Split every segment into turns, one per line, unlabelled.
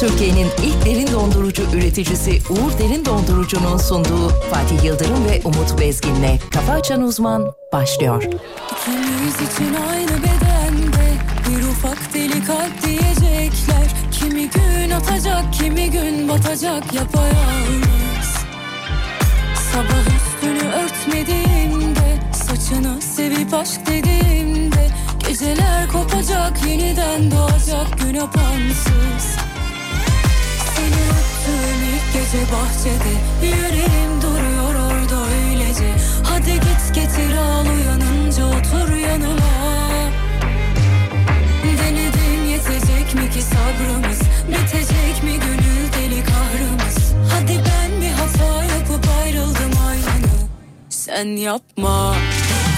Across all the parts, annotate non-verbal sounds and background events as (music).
Türkiye'nin ilk derin dondurucu üreticisi Uğur Derin Dondurucu'nun sunduğu Fatih Yıldırım ve Umut Bezgin'le Kafa Açan Uzman başlıyor.
İkimiz için aynı bedende bir ufak deli kalp diyecekler. Kimi gün atacak, kimi gün batacak yapayalnız. Sabah üstünü örtmediğimde, saçını sevip aşk dediğimde, geceler kopacak, yeniden doğacak gün apansız. Seni öptüğüm ilk gece bahçede Yüreğim duruyor orada öylece Hadi git getir al uyanınca otur yanıma Denedim yetecek mi ki sabrımız Bitecek mi gönül deli kahrımız Hadi ben bir hata yapıp ayrıldım aynı Sen yapma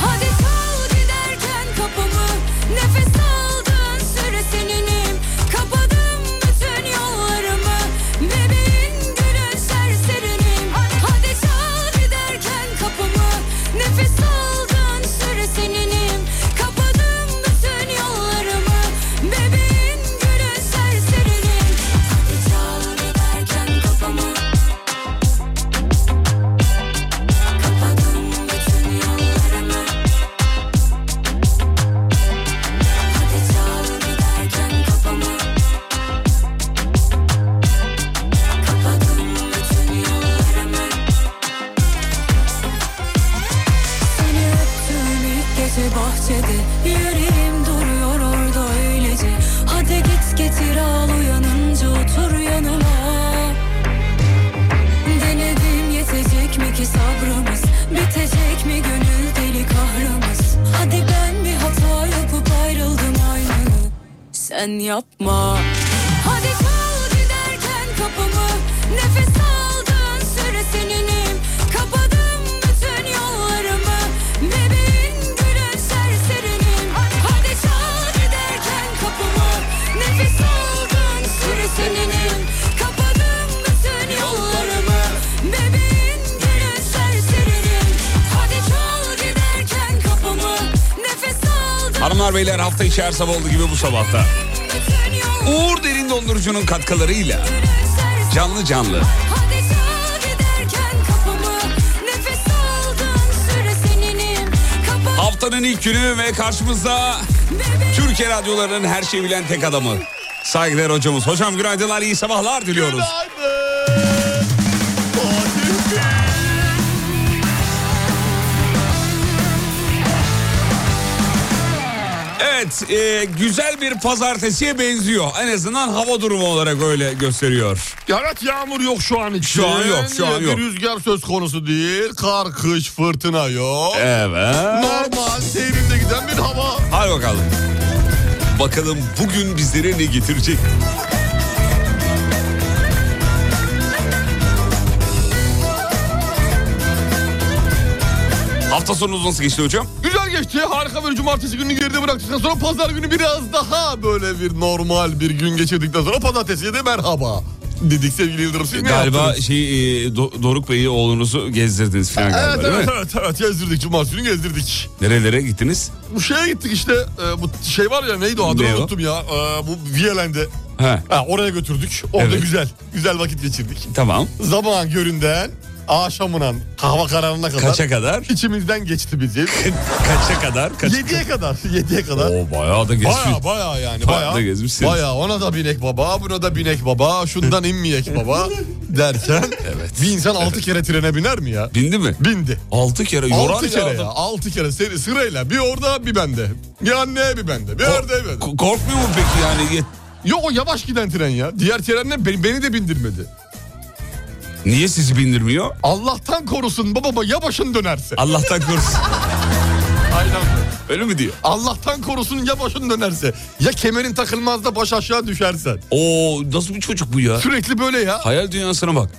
Hadi kal giderken kapımı Nefes aldığın süre seninim Kapadım bütün yollarımı Bebeğin gülün serserinim Hadi çal giderken kapımı Nefes aldığın süre seninim Kapadım bütün yollarımı Bebeğin gülün serserinim Hadi çal giderken kapımı Kapadım bütün yollarımı Hadi çal giderken kapımı Kapadım bütün yollarımı Seni öptüğüm ilk gece bahçede Yüreğim duruyor orada öylece Hadi git getir al uyanınca otur yanıma Denedim yetecek mi ki sabrımız Bitecek mi gönül deli kahrımız Hadi ben bir hata yapıp ayrıldım aynı Sen yapma Hadi kal giderken kapımı Nefes aldığın süre seninim Kapadım bütün yollarımı Bebeğin gülün serserinim Hadi çal giderken kapımı Nefes aldığın süre seninim Kapadım bütün yollarımı Bebeğin gülün serserinim Hadi çal giderken kapımı Nefes aldığın
Hanımlar beyler hafta içi her sabah olduğu gibi bu sabahta.
bütün yollarımı
Uğur Derin Dondurucu'nun katkılarıyla canlı canlı.
Hadi çal giderken kapımı Nefes aldığın süre seninim Kapat
Haftanın ilk günü ve karşımızda Türkiye radyolarının her şeyi bilen tek adamı. Saygılar hocamız. Hocam günaydınlar, iyi sabahlar diliyoruz.
Günaydın. Fatih Bey.
Evet, e, güzel bir pazartesiye benziyor. En azından hava durumu olarak öyle gösteriyor.
Evet yağmur yok şu an için.
Şu an yok, şu an
Bir
yok.
rüzgar söz konusu değil. Kar, kış, fırtına yok.
Evet.
Normal sevimde giden bir hava.
Hadi bakalım. Bakalım bugün bizlere ne getirecek? Hafta sonunuz nasıl geçti hocam?
Güzel geçti. Harika bir cumartesi gününü geride bıraktıktan sonra pazar günü biraz daha böyle bir normal bir gün geçirdikten sonra pazartesiye de merhaba. Dedik sevgili Yıldırım siz ne
Galiba
yaptınız?
şey e, Do- Doruk Bey'i oğlunuzu gezdirdiniz falan galiba
Evet
değil
evet,
mi?
evet evet gezdirdik cumartesi günü gezdirdik.
Nerelere gittiniz?
Bu şeye gittik işte e, bu şey var ya neydi o adını
Ne o?
unuttum ya. E, bu Viyelen'de
He
Ha, oraya götürdük. Orada
Evet.
güzel. Güzel vakit geçirdik.
tamam.
Zaman göründen akşamından hava kararına kadar.
Kaça kadar?
İçimizden geçti bizi.
(laughs) Kaça kadar? Kaça...
Yediye kadar. (laughs) Yediye kadar.
Oo bayağı da gezmiş.
Baya baya yani
Parkta
baya.
gezmişsiniz.
Baya ona da binek baba buna da binek baba şundan inmeyek
(laughs)
baba derken
Evet.
bir insan altı kere trene biner mi ya?
Bindi mi?
Bindi.
Altı kere yorar
Altı
ya
kere ya.
adam.
Altı kere seri sırayla bir orada bir bende. Bir anne bir bende. Bir orada bir bende.
Ko- korkmuyor mu peki yani? Ye-
Yok o yavaş giden tren ya. Diğer trenler beni, beni de bindirmedi.
Niye sizi bindirmiyor?
Allah'tan korusun babama ya başın dönerse.
Allah'tan korusun.
(laughs) Aynen.
Öyle mi diyor?
Allah'tan korusun ya başın dönerse. Ya kemerin takılmaz da baş aşağı düşersen.
Oo nasıl bir çocuk bu ya?
Sürekli böyle ya.
Hayal dünyasına bak.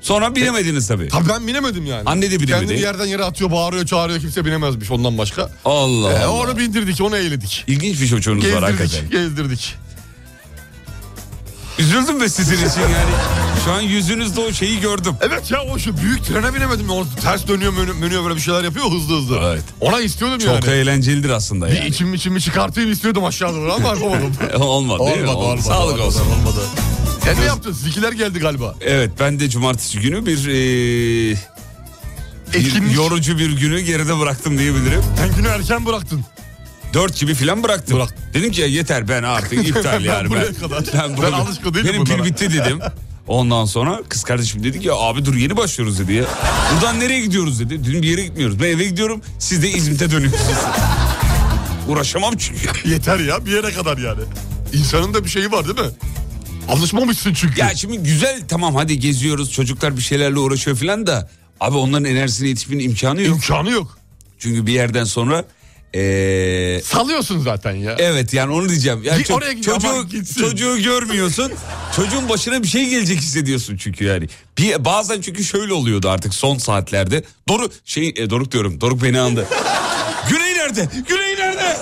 Sonra bilemediniz tabii.
Tabii ben binemedim yani.
Anne de bilemedi.
Kendini yerden yere atıyor, bağırıyor, çağırıyor. Kimse binemezmiş ondan başka.
Allah
E,
Allah.
onu bindirdik, onu eğledik.
İlginç bir çocuğunuz var hakikaten.
Gezdirdik, gezdirdik.
Üzüldüm be sizin için yani. Şu an yüzünüzde o şeyi gördüm.
Evet ya o şu büyük trene binemedim. O ters dönüyor, menü- menüyor böyle bir şeyler yapıyor hızlı hızlı.
Evet.
Ona istiyordum yani.
Çok eğlencelidir aslında
Bir
yani.
içim
(laughs)
içimi çıkartayım istiyordum aşağı doğru ama yapamadım.
Olmadı, değil mi?
olmadı, olmadı.
Sağlık
olmadı,
olsun.
Olmadı. Sen ne yaptın? Zikiler geldi galiba.
Evet ben de cumartesi günü bir, eee, bir
Etkinlik.
yorucu bir günü geride bıraktım diyebilirim.
Sen günü erken bıraktın.
Dört gibi filan bıraktım.
Bırak.
Dedim ki "Ya yeter
(laughs)
ben artık iptal yani.
buraya
(laughs) ben,
kadar. Ben
buraya-
alışkın değilim
Benim pil
bunlara.
bitti dedim. Ondan sonra kız kardeşim dedi ki ya abi dur yeni başlıyoruz dedi ya. Buradan nereye gidiyoruz dedi. Dedim bir yere gitmiyoruz. Ben eve gidiyorum siz de İzmit'e dönüyorsunuz. (laughs) Uğraşamam çünkü.
Yeter ya bir yere kadar yani. İnsanın da bir şeyi var değil mi? Alışmamışsın çünkü.
Ya şimdi güzel tamam hadi geziyoruz çocuklar bir şeylerle uğraşıyor filan da abi onların enerjisine yetişmenin imkanı yok.
İmkanı yok.
Çünkü bir yerden sonra eee,
Salıyorsun zaten ya.
evet yani onu diyeceğim. Yani
Git
ço-
oraya git, aman
çocuğu,
gitsin.
çocuğu
(laughs)
görmüyorsun. çocuğun başına bir şey gelecek hissediyorsun çünkü yani. Bir, bazen çünkü şöyle oluyordu artık son saatlerde. Doruk şey e, Doruk diyorum. Doruk beni andı.
(laughs)
Güney nerede? Güney nerede?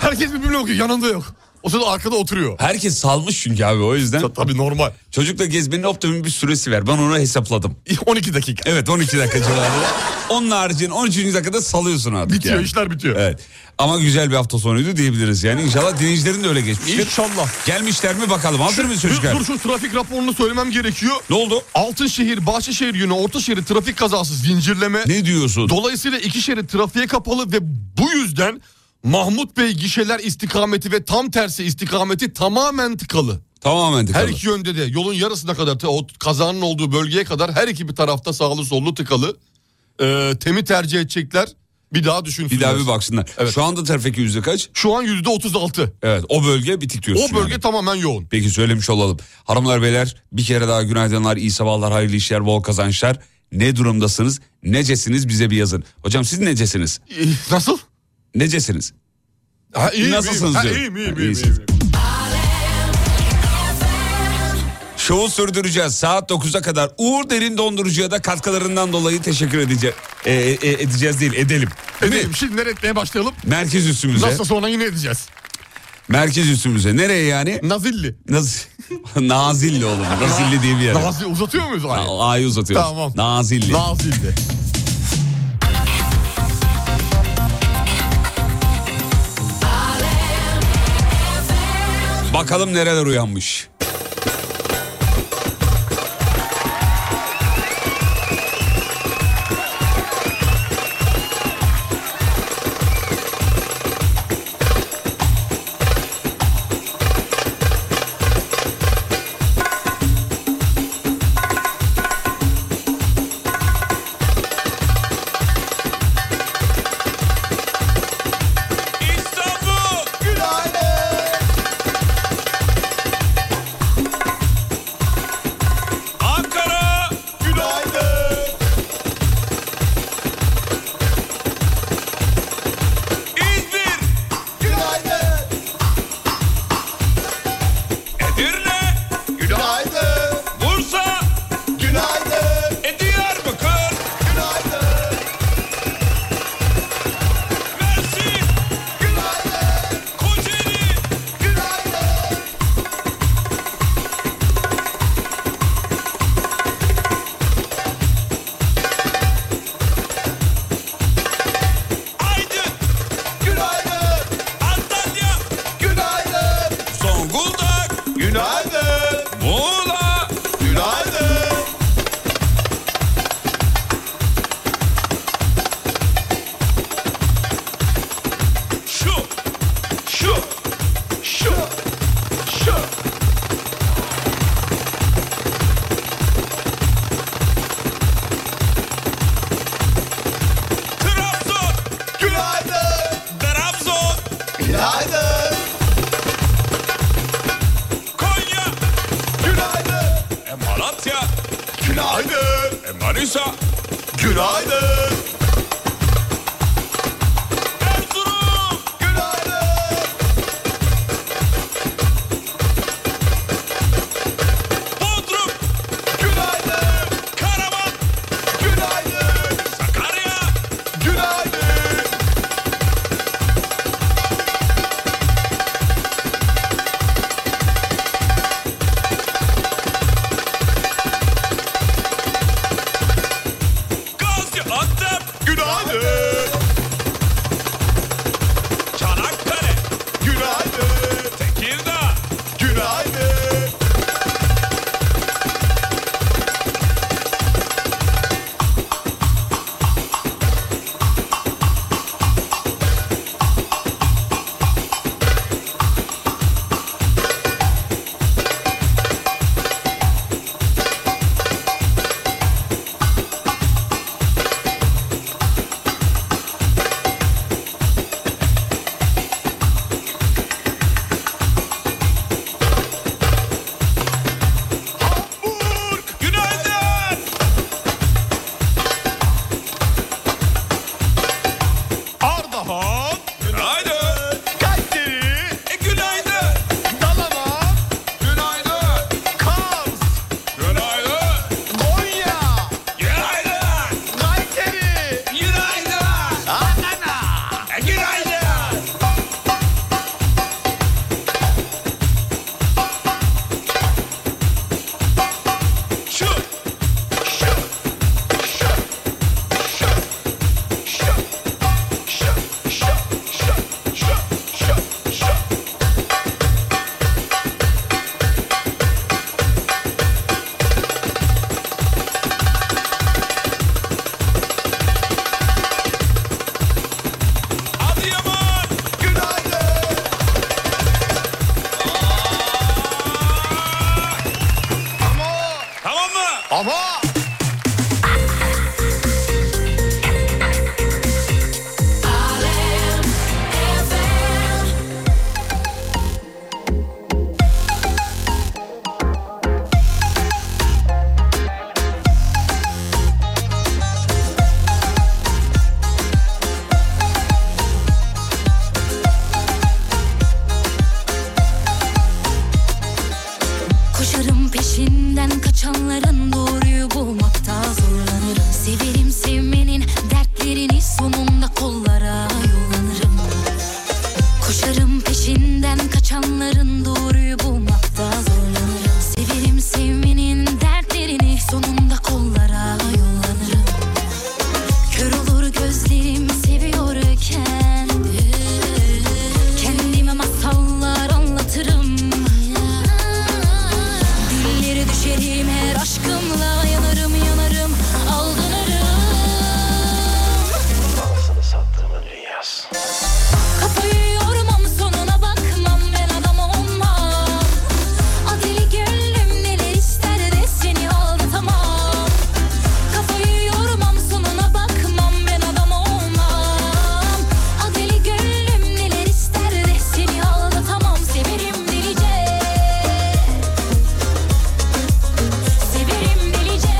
Herkes birbirini okuyor yanında yok. O sırada arkada oturuyor.
Herkes salmış çünkü abi o yüzden.
Ta- Tabii normal.
Çocukla gezmenin optimum bir süresi ver. Ben
(laughs)
onu hesapladım.
12 dakika.
Evet 12 dakika civarında. Onun haricinde 13. dakikada salıyorsun artık
Bitiyor
yani.
işler bitiyor.
Evet. Ama güzel bir hafta sonuydu diyebiliriz yani. İnşallah dinleyicilerin de öyle geçmiştir.
İnşallah.
Gelmişler mi bakalım. Hazır mı
Dur,
çocuklar?
dur şu trafik raporunu söylemem gerekiyor.
Ne oldu?
Altınşehir, Bahçeşehir yönü, Ortaşehir trafik kazası zincirleme.
Ne diyorsun?
Dolayısıyla iki şerit trafiğe kapalı ve bu yüzden Mahmut Bey gişeler istikameti ve tam tersi istikameti tamamen tıkalı.
Tamamen
Her
tıkalı.
iki yönde de yolun yarısına kadar te- o kazanın olduğu bölgeye kadar her iki bir tarafta sağlı sollu tıkalı. Ee, temi tercih edecekler. Bir daha düşünsünler.
Bir daha bir baksınlar.
Evet.
Şu anda trafik yüzde kaç?
Şu an yüzde 36.
Evet o bölge bitik diyorsun.
O bölge
yani.
tamamen yoğun.
Peki söylemiş olalım. Hanımlar beyler bir kere daha günaydınlar, iyi sabahlar, hayırlı işler, bol kazançlar. Ne durumdasınız, necesiniz bize bir yazın. Hocam siz necesiniz?
Ee, Nasıl?
Necesiniz?
Ha, iyiyim, iyiyim.
Nasılsınız
Ha, iyiyim,
diyorum.
iyiyim,
Ha,
iyiyim,
iyisiniz.
iyiyim.
Şovu sürdüreceğiz saat 9'a kadar. Uğur Derin Dondurucu'ya da katkılarından dolayı teşekkür edeceğiz. e, edeceğiz değil edelim. Değil mi?
Edeyim, Şimdi nereye etmeye başlayalım?
Merkez üstümüze.
Nasıl sonra yine edeceğiz.
Merkez üstümüze. Nereye yani?
Nazilli.
Naz (laughs) Nazilli oğlum. Nazilli diye bir yer.
Nazilli uzatıyor muyuz? Hayır.
A'yı uzatıyoruz.
Tamam.
Nazilli.
Nazilli.
Bakalım nereler uyanmış. İstanbul! Ankara!
Günaydın.
İzmir!
Günaydın.
Edirne!
Günaydın.
Bursa!
Günaydın.
E Diyarbakır!
Günaydın.
Mersin! Kocaeli! Aydın! Antalya! Zonguldak! Muğla! Şu! Şu! Şu! Şu! Trabzon! Trabzon! Konya! E Malatya! E Manisa!
Günaydın.
Erzurum!
Günaydın.
Bodrum!
Günaydın.
Karaman!
Günaydın.
Sakarya!
Günaydın.
Gaziantep!
e,
Ama...
Koşarım peşinden kaçanların doğruyu bulmakta zorlanırım Severim sevmenin dertlerini sonunda kollara yollanırım Koşarım peşinden kaçanların doğruyu bulmakta zorlanırım Severim sevmenin dertlerini sonunda kollara yollanırım Kör olur gözlerim seviyorken Kendime masallar anlatırım Dilleri düşerim her aşkımla Yanarım yanarım aldanırım
Alsın sattığımın dünyası.
Kafayı yormam sonuna bakmam ben adam olmam Adeli gönlüm neler ister de seni aldatamam Kafayı yormam sonuna bakmam ben adam olmam Adeli gönlüm neler ister de seni aldatamam Severim delice Severim delice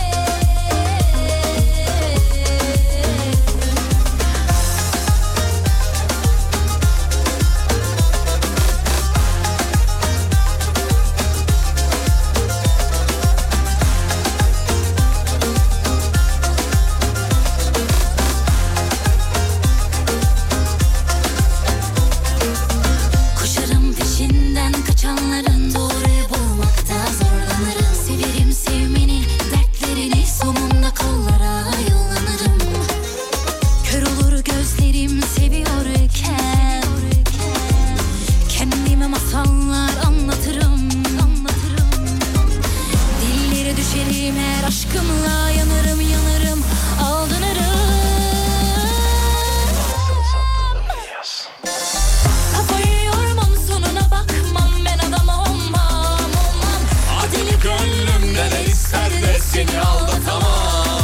Koşarım peşinden kaçanların doğruyu bulmakta zorlanırım Severim sevmenin dertlerini sonunda kollara yollanırım Kör olur gözlerim seviyorken Kendime masallar anlatırım anlatırım Dillere düşerim her aşkımla yanarım yanarım aldanırım
Alsın sattığımın dünyası.
Kafayı yormam sonuna bakmam ben adam olmam olmam Adeli gönlüm neler ister de seni aldatamam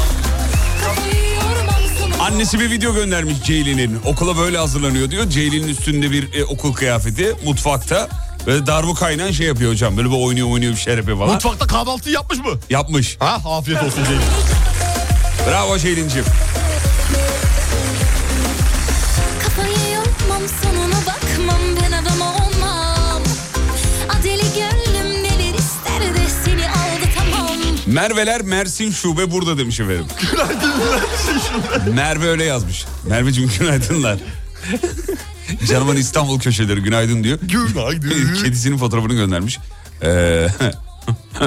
Kafayı yormam sonuna
Annesi bir video göndermiş Ceylin'in. Okula böyle hazırlanıyor diyor. Ceylin'in üstünde bir e, okul kıyafeti mutfakta. Böyle darbukayla şey yapıyor hocam. Böyle bir oynuyor oynuyor bir şeyler yapıyor falan.
Mutfakta kahvaltı yapmış mı?
Yapmış.
Ha afiyet olsun Ceylin.
Bravo Ceylin'ciğim.
Kafayı yormam sonuna bakmam ben adam olmam Adeli gönlüm neler ister de seni aldatamam
Merveler Mersin Şube burada
(laughs)
demiş efendim. Merve öyle yazmış. Merveciğim günaydınlar. Canımın İstanbul köşeleri günaydın diyor.
Günaydın.
Kedisinin fotoğrafını göndermiş. Ee, (laughs)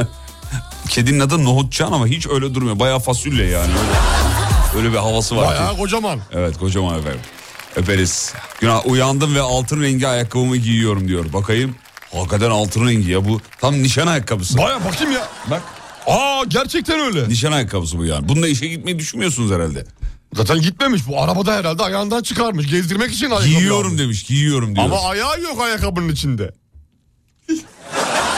kedinin adı Nohutcan ama hiç öyle durmuyor. Bayağı fasulye yani. Öyle- Öyle bir havası var.
Bayağı kocaman.
Evet kocaman efendim. Öperiz. Günah uyandım ve altın rengi ayakkabımı giyiyorum diyor. Bakayım. Hakikaten altın rengi ya bu. Tam nişan ayakkabısı.
Bayağı bakayım ya.
Bak.
Aa gerçekten öyle.
Nişan ayakkabısı bu yani. Bununla işe gitmeyi düşünmüyorsunuz herhalde.
Zaten gitmemiş bu. Arabada herhalde ayağından çıkarmış. Gezdirmek için ayakkabı.
Giyiyorum
almış.
demiş giyiyorum diyor.
Ama ayağı yok ayakkabının içinde.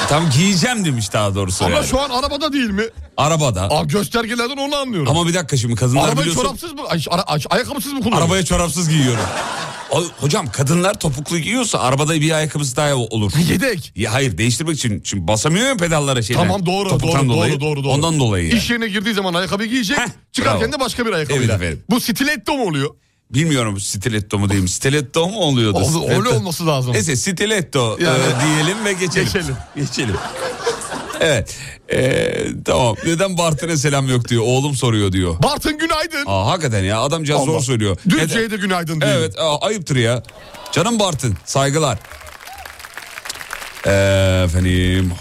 Tam E, giyeceğim demiş daha doğrusu
Ama
yani.
şu an arabada değil mi?
Arabada.
Aa, göstergelerden onu anlıyorum.
Ama bir dakika şimdi kadınlar
Arabayı
biliyorsun.
çorapsız mı? Ay, ara- ay- ayakkabısız mı kullanıyor?
Arabaya çorapsız giyiyorum. O- hocam kadınlar topuklu giyiyorsa arabada bir ayakkabısı daha olur.
Yedek.
Ya hayır değiştirmek için. Şimdi basamıyor ya pedallara şeyler.
Tamam doğru
Topuktan
doğru,
dolayı.
doğru doğru doğru.
Ondan dolayı yani.
İş yerine girdiği zaman ayakkabı giyecek.
Heh,
çıkarken
bravo.
de başka bir ayakkabıyla.
Evet efendim.
Bu stiletto mu oluyor?
Bilmiyorum stiletto mu diyeyim. Stiletto mu oluyordu?
Ol-
Stiletto.
Öyle olması lazım.
Neyse stiletto
Yani-
e, diyelim ve geçelim.
Geçelim.
(laughs) Geçelim. evet. E, tamam. Neden Bartın'a selam yok diyor. Oğlum soruyor diyor.
Bartın günaydın.
Aa, hakikaten ya adamcağız
Allah.
zor söylüyor.
Dün
Neden-
C'de günaydın diyor.
Evet aa, ayıptır ya. Canım Bartın saygılar. Ee, Efendim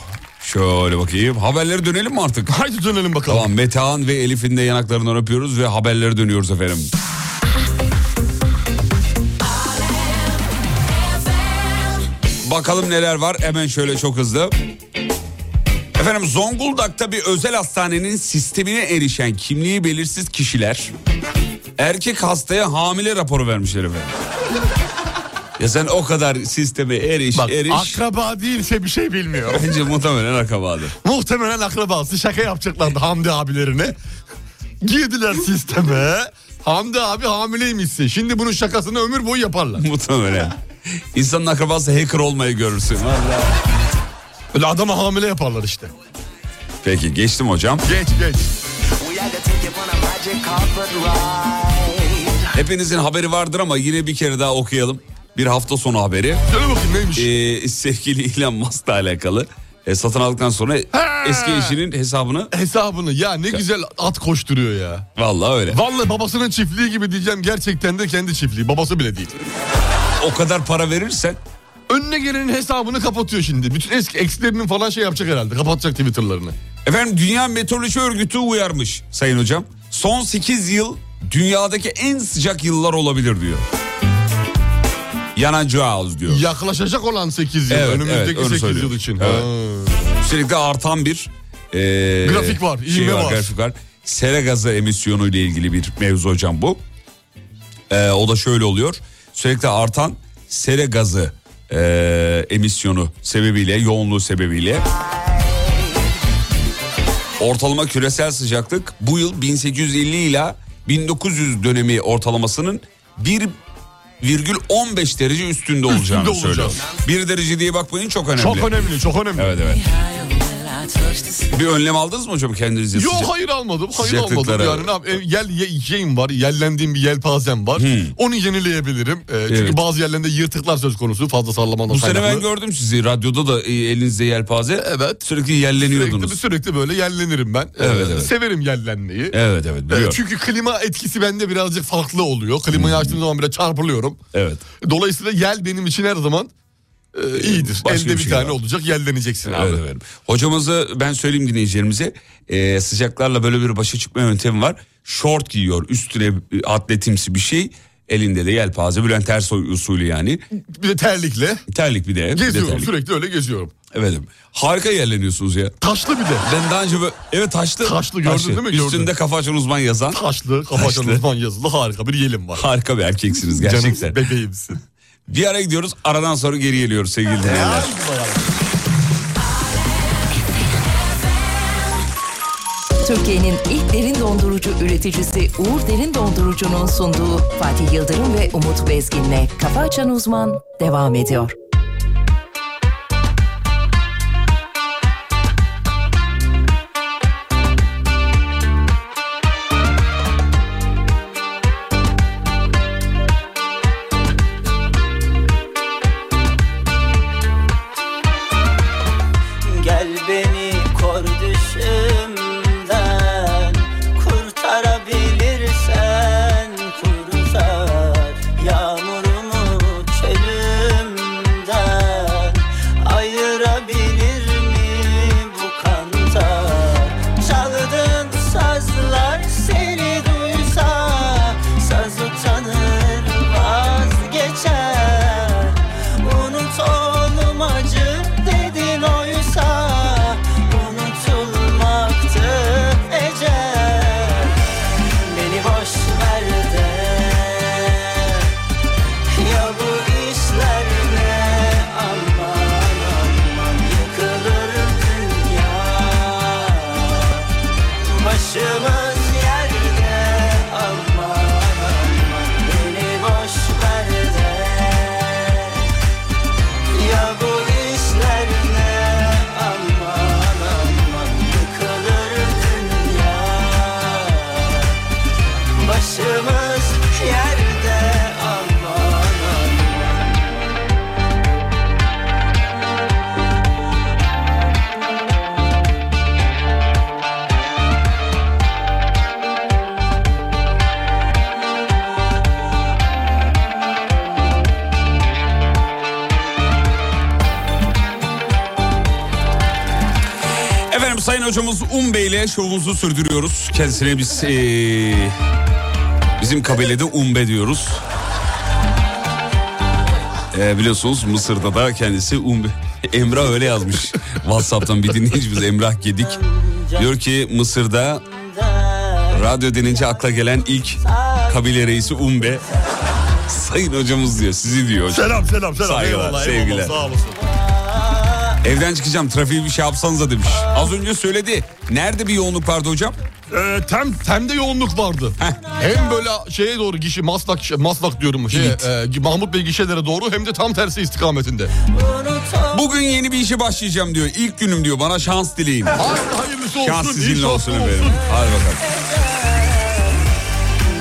şöyle bakayım. Haberlere dönelim mi artık?
Haydi dönelim bakalım.
Tamam Metehan ve Elif'in de yanaklarından öpüyoruz ve haberlere dönüyoruz efendim. Bakalım neler var hemen şöyle çok hızlı. Efendim Zonguldak'ta bir özel hastanenin sistemine erişen kimliği belirsiz kişiler erkek hastaya hamile raporu vermişler efendim. Ya sen o kadar sisteme eriş
Bak
eriş.
akraba değilse bir şey bilmiyor. (laughs)
Bence muhtemelen akabadır.
Muhtemelen akrabası şaka yapacaklardı Hamdi abilerine. Girdiler sisteme. Hamdi abi hamileymişsin. Şimdi bunun şakasını ömür boyu yaparlar.
Muhtemelen. İnsanın akrabası hacker olmayı görürsün. Vallahi.
Böyle adama hamile yaparlar işte.
Peki geçtim hocam.
Geç geç.
Hepinizin haberi vardır ama yine bir kere daha okuyalım. Bir hafta sonu haberi.
Söyle bakayım neymiş?
Ee, sevgili Elon Musk'la alakalı. E, satın aldıktan sonra
Ha!
eski eşinin hesabını
Hesabını ya ne güzel at koşturuyor ya.
vallahi öyle.
Vallahi babasının çiftliği gibi diyeceğim gerçekten de kendi çiftliği. Babası bile değil.
O kadar para verirsen
Önüne gelenin hesabını kapatıyor şimdi. Bütün eski eksilerinin falan şey yapacak herhalde. Kapatacak Twitter'larını.
Efendim Dünya Meteoroloji Örgütü uyarmış sayın hocam. Son 8 yıl dünyadaki en sıcak yıllar olabilir diyor. Yanacağız diyor.
Yaklaşacak olan 8 yıl.
Evet, evet,
önümüzdeki
onu
8
söylüyor.
yıl için.
Evet.
Ha.
Sürekli artan bir... e,
Grafik var, ivme var.
Grafik var. Sera gazı emisyonu ile ilgili bir mevzu hocam bu. E, o da şöyle oluyor. Sürekli artan sera gazı e, emisyonu sebebiyle, yoğunluğu sebebiyle... Ortalama küresel sıcaklık bu yıl 1850 ila 1900 dönemi ortalamasının 1,15 derece üstünde olacağını
olacağız.
söylüyor. 1 derece diye bakmayın çok önemli.
Çok önemli, çok önemli.
Evet evet. Bir önlem aldınız mı hocam kendinizce?
Yok
sıcak-
hayır almadım. Hayır
Sıcaklıklara-
almadım yani. Ne yap- e, Yel ye, yiyeceğim var. Yellendiğim bir yelpazem var. Onu yenileyebilirim. E, çünkü
Hmm. Evet.
bazı yerlerinde yırtıklar söz konusu. Fazla sallamadan
Bu sene ben
kaynaklı.
gördüm sizi radyoda da e, elinizde yelpaze.
Evet.
Sürekli
sürekli,
yelleniyordunuz.
sürekli böyle yellenirim ben. E,
Evet, evet.
Severim yellenmeyi.
Evet evet
E,
biliyorum. Hmm.
Çünkü klima etkisi bende birazcık farklı oluyor. Klimayı açtığım zaman bile çarpılıyorum.
Evet.
Dolayısıyla yel benim için her zaman e, iyidir.
Başka
Elde
bir
bir,
şey
tane
var.
olacak yelleneceksin abi.
Evet efendim. Hocamızı ben söyleyeyim dinleyicilerimize e, sıcaklarla böyle bir başa çıkma yöntemi var. Şort giyiyor üstüne e, atletimsi bir şey elinde de yelpaze Bülent Ersoy usulü yani.
Bir de terlikle
Terlik bir de. bir de
geziyorum
terlik.
sürekli öyle geziyorum.
Evet efendim. Harika yerleniyorsunuz ya.
Taşlı bir de.
Ben daha önce böyle... Evet taşlı.
Taşlı gördün değil mi? Gördün.
Üstünde kafa açan uzman yazan.
Taşlı, kafacan
Taşlı.
uzman yazılı harika bir yelim var.
Harika bir erkeksiniz gerçekten.
Canım bebeğimsin.
Bir ara gidiyoruz aradan sonra geri geliyoruz sevgili dinleyenler.
Türkiye'nin ilk derin dondurucu üreticisi Uğur Derin Dondurucu'nun sunduğu Fatih Yıldırım ve Umut Bezgin'le Kafa Açan Uzman devam ediyor.
Gel beni kor düşümden Kurtarabilirsen kurtar Yağmurumu çölümden Ayırabilir mi bu kanta Çaldığın sazlar seni duysa Saz utanır vazgeçer Unut oğlum acı dedin oysa Unutulmaktı ecel Beni boş ver de Ya bu işler ne Aman aman yıkılır dünya Başımız yerde aman aman beni boş ver de Ya bu işler ne aman aman yıkılır dünya Başımız yerde aman aman
Efendim Sayın Hocamız Um Bey ile şovumuzu sürdürüyoruz. Kendisine biz eee, bizim kabilede Umbe diyoruz. Eee, biliyorsunuz Mısır'da da kendisi Umbe. (laughs) Emrah öyle yazmış. Whatsapp'tan bir dinleyicimiz Emrah Gedik. Diyor ki Mısır'da radyo denince akla gelen ilk kabile reisi Umbe. (laughs) Sayın hocamız diyor sizi diyor hocam.
Selam selam selam.
Saygılar,
eyvallah,
sevgiler.
Eyvallah, sağ olasın.
Evden çıkacağım trafiği bir şey yapsanıza demiş. Az önce söyledi. Nerede bir yoğunluk vardı hocam?
Ee, tem, temde yoğunluk vardı. Hem böyle şeye doğru gişi maslak gişe- maslak diyorum. Şey,
Evet.
e, Mahmut Bey gişelere doğru hem de tam tersi istikametinde.
Bugün yeni bir işe başlayacağım diyor. İlk günüm diyor bana şans dileyin.
Hayır, hayırlısı olsun.
Şans sizinle
inşallah
olsun efendim. Hadi bakalım.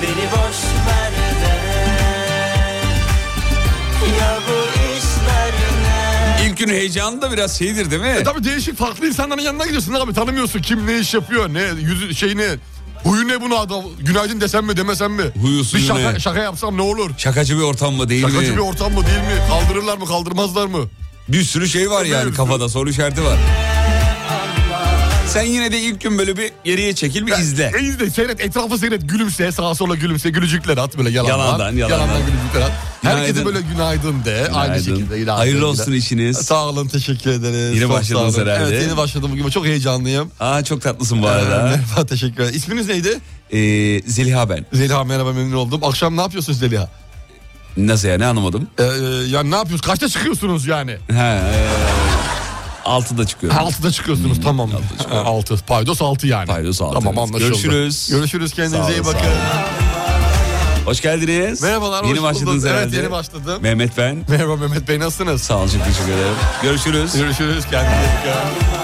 Beni boş ver de Ya bu işler ne
İlk gün heyecanı da biraz şeydir değil mi?
E tabii değişik farklı insanların yanına gidiyorsun abi tanımıyorsun kim ne iş yapıyor ne yüzü şey ne huyu ne bunu adam günaydın desem mi demesem mi
Huyu suyu
bir şaka,
ne?
şaka yapsam ne olur
Şakacı bir ortam mı değil
şakacı
mi?
bir ortam mı değil mi kaldırırlar mı kaldırmazlar mı
Bir sürü şey var yani
Evet.
kafada soru işareti var. Sen yine de ilk gün böyle bir geriye çekil bir izle.
e, izle seyret etrafı seyret gülümse sağa sola gülümse gülücükler at böyle yalandan
Yalandan, yalandan.
gülücükler at herkese
Günaydın.
böyle günaydın de aynı
Günaydın.
şekilde günaydın.
Hayırlı olsun
Günaydın.
işiniz.
Sağ olun teşekkür ederiz.
Yeni
Çok
başladınız
sağ olun.
herhalde.
Evet yeni başladım bugün çok heyecanlıyım.
Aa çok tatlısın bu
Ee,
arada.
Merhaba teşekkür ederim. İsminiz neydi?
Ee, Zeliha ben.
Zeliha merhaba memnun oldum. Akşam ne yapıyorsunuz Zeliha?
Nasıl yani anlamadım.
Ee, yani ne yapıyorsunuz? Kaçta çıkıyorsunuz yani?
Ha, ee, altıda çıkıyorum. Hmm,
Altıda çıkıyorsunuz tamam. Ha, Altı. Paydos altı yani.
Paydos altı,
Tamam
evet.
anlaşıldı.
Görüşürüz.
Görüşürüz kendinize
Sağ olun,
iyi
sağ
bakın.
olun. Hoş geldiniz.
Merhabalar,
Yeni
hoş
başladınız
bulduk. Evet,
herhalde.
yeni başladım.
Mehmet ben.
Merhaba Mehmet Bey nasılsınız?
Sağ olun çok teşekkür ederim. Görüşürüz.
Görüşürüz kendinize iyi bakın.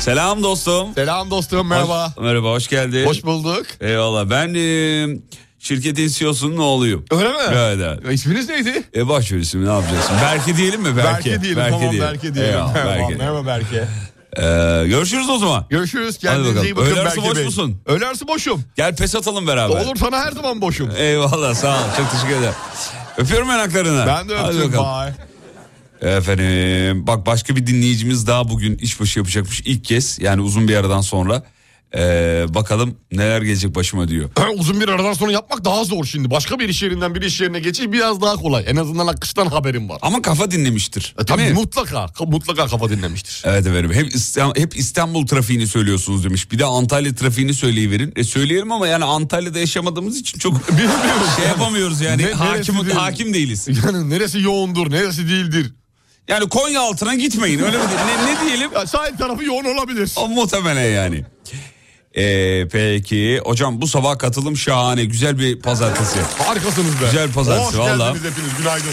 Selam dostum.
Selam dostum merhaba.
Hoş- merhaba hoş geldin.
Hoş bulduk.
Eyvallah ben e, şirketin CEO'sunun oğluyum.
Öyle mi?
Evet evet.
İsminiz neydi?
E baş ne yapacaksın? Berke diyelim mi? Berke,
Berke, diyelim tamam
diyelim.
Berke diyelim.
Eyvallah,
Tamam,
Berke.
Merhaba Berke.
Ee, görüşürüz o zaman.
Görüşürüz kendinize
bakalım.
iyi bakın
Öğle arası
Berke
boş
Bey.
musun?
Öğle arası boşum.
Gel pes atalım beraber.
Olur sana her zaman boşum.
Eyvallah sağ ol. Çok teşekkür ederim. Öpüyorum ben haklarını.
Ben de
Hadi
öptüm.
bakalım.
Bye.
Efendim bak başka bir dinleyicimiz daha bugün işbaşı yapacakmış ilk kez. Yani uzun bir aradan sonra. Ee, bakalım neler gelecek başıma diyor.
Ha, (clears throat) Uzun bir aradan sonra yapmak daha zor şimdi. Başka bir iş yerinden bir iş yerine geçiş biraz daha kolay. En azından akıştan haberim var.
Ama kafa dinlemiştir.
E, tabii
değil mi?
(laughs) mutlaka ka- mutlaka kafa dinlemiştir.
Evet efendim hep, İsta- hep İstanbul trafiğini söylüyorsunuz demiş. Bir de Antalya trafiğini söyleyiverin. E söyleyelim ama yani Antalya'da yaşamadığımız
(laughs)
için çok şey yapamıyoruz yani.
Ne-
hakim,
neresi değil?
hakim değiliz.
Yani neresi yoğundur, neresi değildir.
Yani Konya altına gitmeyin öyle mi? Ne, ne diyelim?
Ya sahil tarafı yoğun olabilir.
O muhtemelen yani. Ee, peki hocam bu sabah katılım şahane güzel bir pazartesi.
Harikasınız be.
Güzel pazartesi,
Hoş
valla.
geldiniz hepiniz. Günaydın.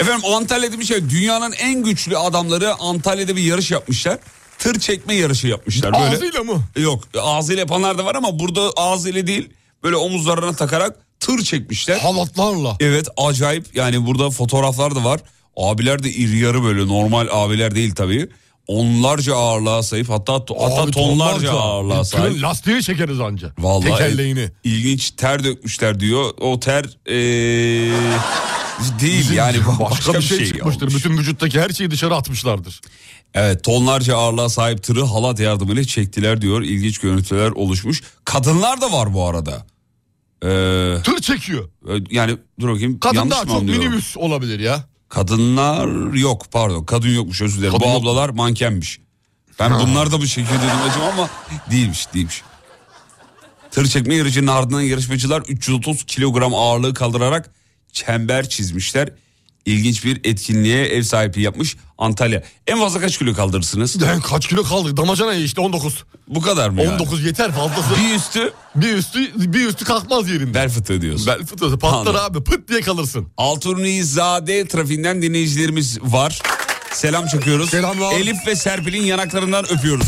Efendim Antalya'da bir şey dünyanın en güçlü adamları Antalya'da bir yarış yapmışlar. Tır çekme yarışı yapmışlar. Böyle,
Ağzıyla mı?
Yok ağzıyla yapanlar da var ama burada ağzıyla değil böyle omuzlarına takarak tır çekmişler.
Halatlarla.
Evet acayip yani burada fotoğraflar da var. Abiler de iri yarı böyle normal abiler değil tabii. Onlarca ağırlığa sahip hatta hatta
Abi
tonlarca ağırlığa
Tırın
sahip.
Lastiği çekeriz anca.
Vallahi
Tekerleğini.
ilginç ter dökmüşler diyor. O ter ee, değil
Bizim-
yani başka,
başka bir şey, çıkmıştır.
olmuş.
Bütün vücuttaki her şeyi dışarı atmışlardır.
Evet tonlarca ağırlığa sahip tırı halat yardımıyla çektiler diyor. İlginç görüntüler oluşmuş. Kadınlar da var bu arada. Ee, e,
Tır çekiyor.
yani dur bakayım
Kadın
yanlış
daha
mı
çok
anlıyorum?
minibüs olabilir ya.
Kadınlar yok pardon kadın yokmuş özür dilerim.
Kadın
Bu
yok.
ablalar mankenmiş. Ben bunlar da mı şekil dedim acaba ama değilmiş değilmiş. Tır çekme yarışının ardından yarışmacılar 330 kilogram ağırlığı kaldırarak çember çizmişler. İlginç bir etkinliğe ev sahipliği yapmış Antalya. En fazla kaç kilo kaldırırsınız?
Yani kaç kilo kaldı? Damacana ye işte 19.
Bu kadar mı yani?
19 yeter fazlası.
Bir üstü
Bir üstü bir üstü kalkmaz yerinde.
bel fıtığı diyorsun.
Bel fıtığı patlar
Anladım.
abi pıt diye kalırsın.
Altunizade trafiğinden dinleyicilerimiz var. Selam çakıyoruz.
Selamlar.
Elif ve Serpil'in yanaklarından öpüyoruz.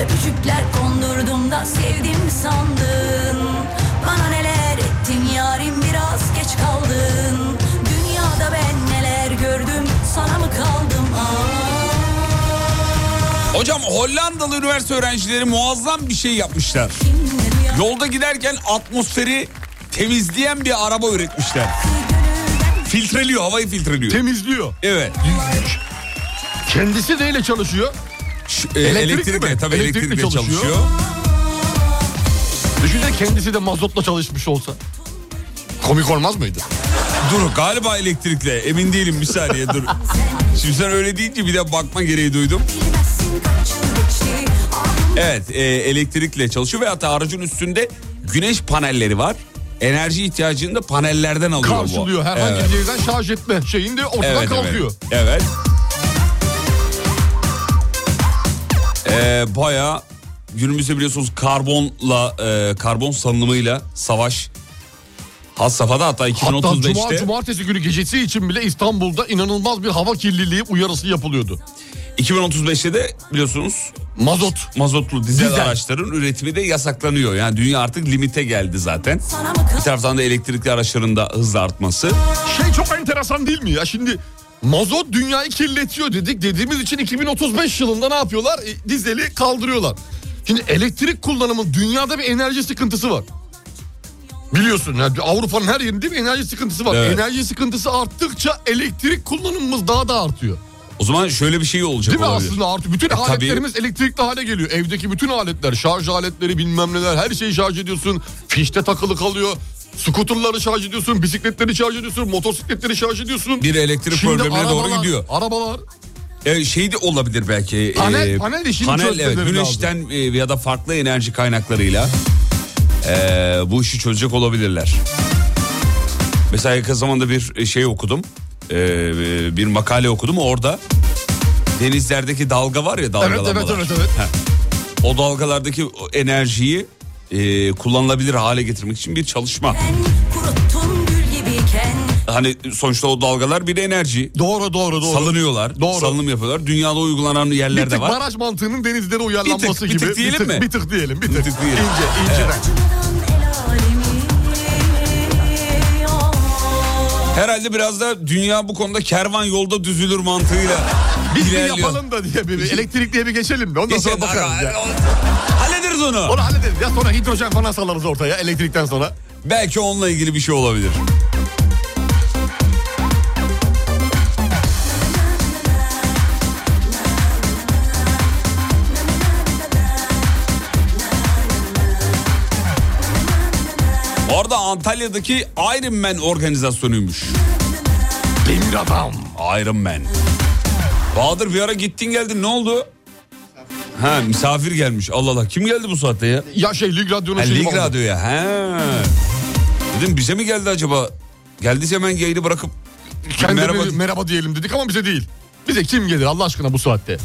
Öpücükler kondurdum da sevdim sandın
Hocam Hollandalı üniversite öğrencileri muazzam bir şey yapmışlar. Yolda giderken atmosferi temizleyen bir araba üretmişler. Filtreliyor, havayı filtreliyor.
Temizliyor.
Evet.
Kendisi neyle çalışıyor?
Ş- e,
Elektrikli
elektrikle
mi?
tabii
Elektrikli
elektrikle çalışıyor.
çalışıyor. Düşünsene kendisi de mazotla çalışmış olsa. Komik olmaz mıydı?
Dur galiba elektrikle emin değilim bir saniye dur. Şimdi sen öyle deyince bir de bakma gereği duydum. Evet e, elektrikle çalışıyor ve hatta aracın üstünde güneş panelleri var. Enerji ihtiyacını da panellerden alıyor bu.
Karşılıyor herhangi
Evet.
bir yerden şarj etme şeyinde ortadan kalkıyor.
Evet. evet. Ee, Baya günümüzde biliyorsunuz karbonla e, karbon salınımıyla savaş has safhada hatta
Hatta
2035'te.
cuma, cumartesi günü gecesi için bile İstanbul'da inanılmaz bir hava kirliliği uyarısı yapılıyordu.
2035'te de biliyorsunuz
Mazot.
mazotlu dizel,
Dizel.
araçların üretimi de yasaklanıyor. Yani dünya artık limite geldi zaten. Bir taraftan da elektrikli araçların da hızla artması.
Şey çok enteresan değil mi ya şimdi mazot dünyayı kirletiyor dedik dediğimiz için 2035 yılında ne yapıyorlar E, dizeli kaldırıyorlar. Şimdi elektrik kullanımı dünyada bir enerji sıkıntısı var. Biliyorsun ya, Avrupa'nın her yerinde bir enerji sıkıntısı var.
Evet.
Enerji sıkıntısı arttıkça elektrik kullanımımız daha da artıyor.
O zaman şöyle bir şey olacak
Değil mi
olabilir.
aslında artık bütün
E, tabii.
aletlerimiz elektrikli hale geliyor. Evdeki bütün aletler, şarj aletleri bilmem neler her şeyi şarj ediyorsun. Fişte takılı kalıyor. Skuterları şarj ediyorsun, bisikletleri şarj ediyorsun, motosikletleri şarj ediyorsun.
Bir elektrik problemine doğru gidiyor.
Arabalar
E, şey de olabilir belki.
Panel- panel işini
panel,
çözmeleri
evet,
lazım.
Güneşten e, ya da farklı enerji kaynaklarıyla e, bu işi çözecek olabilirler. Mesela yakın zamanda bir şey okudum. E, bir makale okudum orada. Denizlerdeki dalga var ya
Evet,
dalgalanmalar.
evet, evet, evet.
Heh. O dalgalardaki o enerjiyi e, kullanılabilir hale getirmek için bir çalışma.
Kuruttun gül gibiyken
Hani sonuçta o dalgalar bir enerji.
doğru doğru doğru.
Salınıyorlar.
Doğru.
Salınım yapıyorlar. Dünyada uygulanan
bir
yerler de
tık
var.
baraj mantığının denizlere uyarlanması
Bir tık- bir
gibi.
tık diyelim mi?
Bir tık diyelim. Bir tık,
tık diyelim.
İnce, inceden.
acımadan el alemi Ah.
Herhalde biraz da dünya bu konuda kervan yolda düzülür mantığıyla
(laughs) Biz bir
ilerliyor.
yapalım da diye bir elektrikliye bir geçelim de ondan
Geçen-
sonra bakarız ya.
Hallederiz onu.
Onu hallederiz ya sonra hidrojen falan salarız ortaya elektrikten sonra.
Belki onunla ilgili bir şey olabilir. Orada Antalya'daki Iron Man organizasyonuymuş.
Demir adam.
Iron Man. Bahadır bir ara gittin geldin ne oldu? Ha misafir gelmiş. Allah Allah kim geldi bu saatte ya?
Ya şey Lig Radyo'nun
Ha,
şeyi
Lig
vardı.
Radyo'ya. Ha. Dedim bize mi geldi acaba? Geldiyse hemen yayını bırakıp
Kendine bir
merhaba
merhaba, diyelim dedik ama bize değil. Bize kim gelir Allah aşkına bu saatte?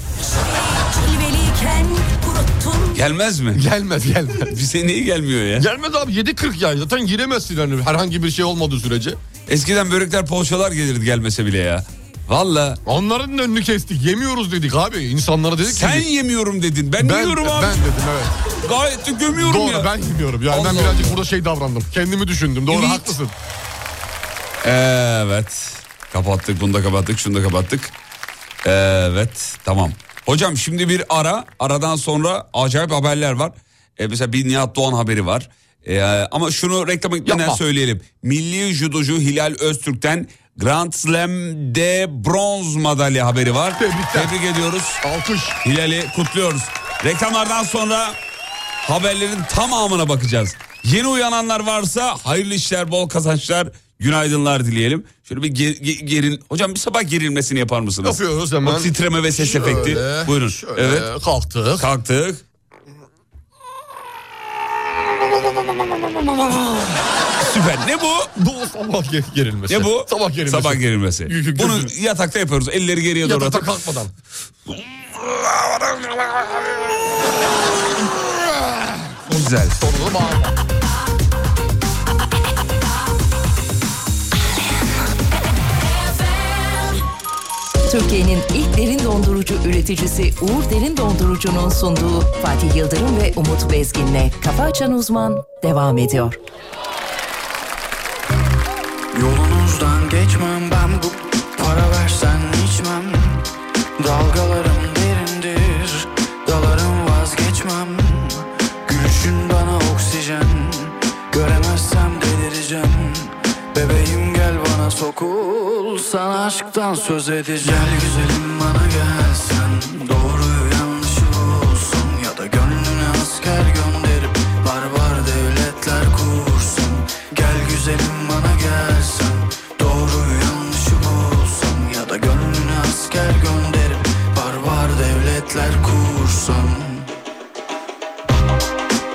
Cilveliyken kuruttun
gelmez mi?
Gelmez gelmez.
(laughs) Bize niye gelmiyor ya?
gelmez abi 7.40 yani zaten giremezsin hani herhangi bir şey olmadığı sürece.
Eskiden börekler poğaçalar gelirdi gelmese bile ya. Valla.
Onların da önünü kestik yemiyoruz dedik abi insanlara dedik. ki-
Sen yemiyorum dedin. Ben,
ben,
yiyorum abi.
ben dedim evet.
Gayet de gömüyorum
Doğru
ya.
ben yemiyorum. Yani
Allah
ben birazcık
Allah.
burada şey davrandım. Kendimi düşündüm. Doğru
Evet.
haklısın.
Evet. Kapattık bunu da kapattık şunu da kapattık. Evet tamam. Hocam şimdi bir ara. Aradan sonra acayip haberler var. E, mesela bir Nihat Doğan haberi var. E, ama şunu reklama gitmeden
Yapma.
söyleyelim. Milli judocu Hilal Öztürk'ten Grand Slam'de bronz madalya haberi var.
Tebrikler.
Tebrik ediyoruz.
Alkış.
Hilal'i kutluyoruz. Reklamlardan sonra haberlerin tamamına bakacağız. Yeni uyananlar varsa hayırlı işler, bol kazançlar, günaydınlar dileyelim. Şöyle bir ge- ge- gerin... Hocam bir sabah gerilmesini yapar mısınız?
Yapıyoruz hemen.
O titreme ve ses
Şöyle,
efekti. Buyurun.
şöyle
Evet.
Kalktık.
Kalktık. Süper. Ne bu?
Bu sabah ge- gerilmesi.
Ne bu?
Sabah gerilmesi.
Sabah gerilmesi.
Gü- gü-
Bunu
gü-
yatakta yapıyoruz. Elleri geriye doğru
Yatakta
atıp.
kalkmadan.
Güzel.
Sonra da bağırma.
Türkiye'nin ilk derin dondurucu üreticisi Uğur Derin Dondurucu'nun sunduğu Fatih Yıldırım ve Umut Bezgin'le Kafa Açan Uzman devam ediyor.
Yolunuzdan geçmem ben bu Para versen içmem Dalgalarım derindir
söz edeceğim Gel güzelim bana gel sen Doğru yanlışı bulsun Ya da gönlüne asker gönderip Barbar devletler kursun Gel güzelim bana gel sen Doğru yanlışı bulsun Ya da gönlüne asker gönderip Barbar devletler kursun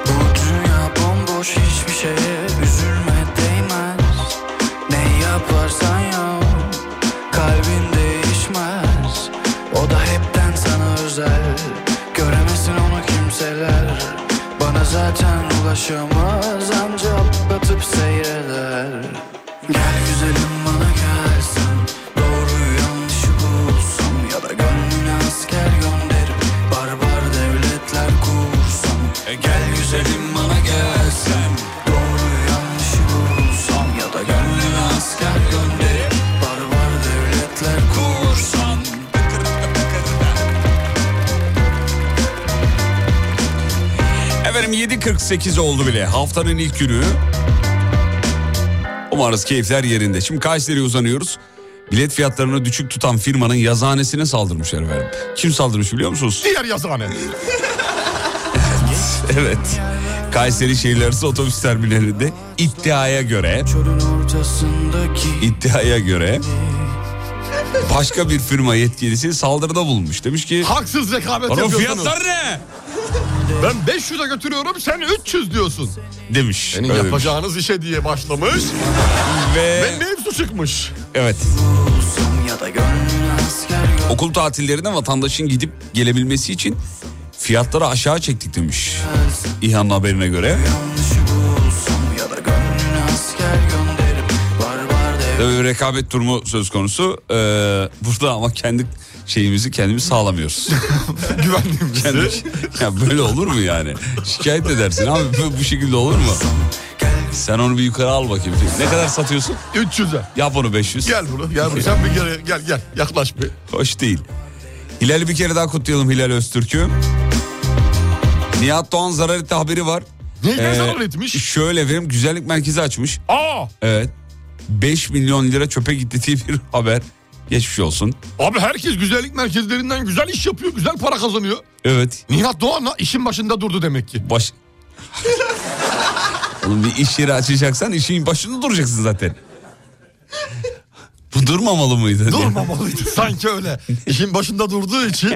bu dünya bomboş hiçbir şeye üzülme değmez Ne yaparsan yap kalbin değişmez O da hepten sana özel göremesin onu kimseler Bana zaten ulaşamaz ancak batıp seyreder Gel güzelim bana gelsin doğru yanlışı bulsun Ya da gönlüne asker gönderip barbar devletler kursun
E gel
Gel güzelim bana gelsen Doğru yanlışı bulsam Ya da gönlüne asker gönderip Barbar devletler kursan
Efendim 7.48 oldu bile. Haftanın ilk günü. Umarız keyifler yerinde. Şimdi Kayseri'ye uzanıyoruz. Bilet fiyatlarını düşük tutan firmanın yazıhanesine saldırmışlar efendim. Kim saldırmış biliyor musunuz?
Diğer yazıhane.
evet. (laughs) Kayseri şehirler arası otobüs terminalinde iddiaya göre,
Çölün ortasındaki
iddiaya göre başka bir firma yetkilisi saldırıda bulunmuş. Demiş ki
Haksız rekabet
"Lan o
yapıyorsunuz.
fiyatlar ne?
Ben 500'e götürüyorum sen 300 diyorsun.
Demiş.
Senin
Öyle demiş.
yapacağınız işe diye başlamış.
Ve
Ve benim su çıkmış.
evet.
bulsam Ya da gönlüne asker gönderip
Okul tatillerine vatandaşın gidip gelebilmesi için fiyatları aşağı çektik demiş. İHA'nın haberine göre.
Yanlışı bulsam Ya da gönlüne asker gönderip Barbar devletler
Tabii bir rekabet durumu söz konusu. Ee, burada ama kendi şeyimizi kendimiz sağlamıyoruz.
(laughs) Güvenliğimizi.
Kendi, ya böyle olur mu yani? Şikayet edersin abi bu, bu şekilde olur mu? Sen onu bir yukarı al bakayım. Ne kadar satıyorsun?
300'e.
Yap onu 500.
Gel bunu gel bunu. Sen bir gel gel gel yaklaş bir.
Hoş değil. Hilal'i bir kere daha kutlayalım Hilal Öztürk'ü. Nihat Doğan zarar etti haberi var.
Neyden
Ee,
zarar etmiş?
Şöyle efendim güzellik merkezi açmış.
Aa
Evet. 5 milyon lira çöpe gitti diye bir (laughs) haber. Geçmiş olsun.
abi herkes güzellik merkezlerinden güzel iş yapıyor. Güzel para kazanıyor.
Evet.
Nihat Doğan'la işin başında durdu demek ki. (laughs)
Baş... Oğlum bir iş yeri açacaksan işin başında duracaksın zaten. Bu durmamalı mıydı?
Durmamalıydı sanki
(laughs)
öyle. İşin başında durduğu için.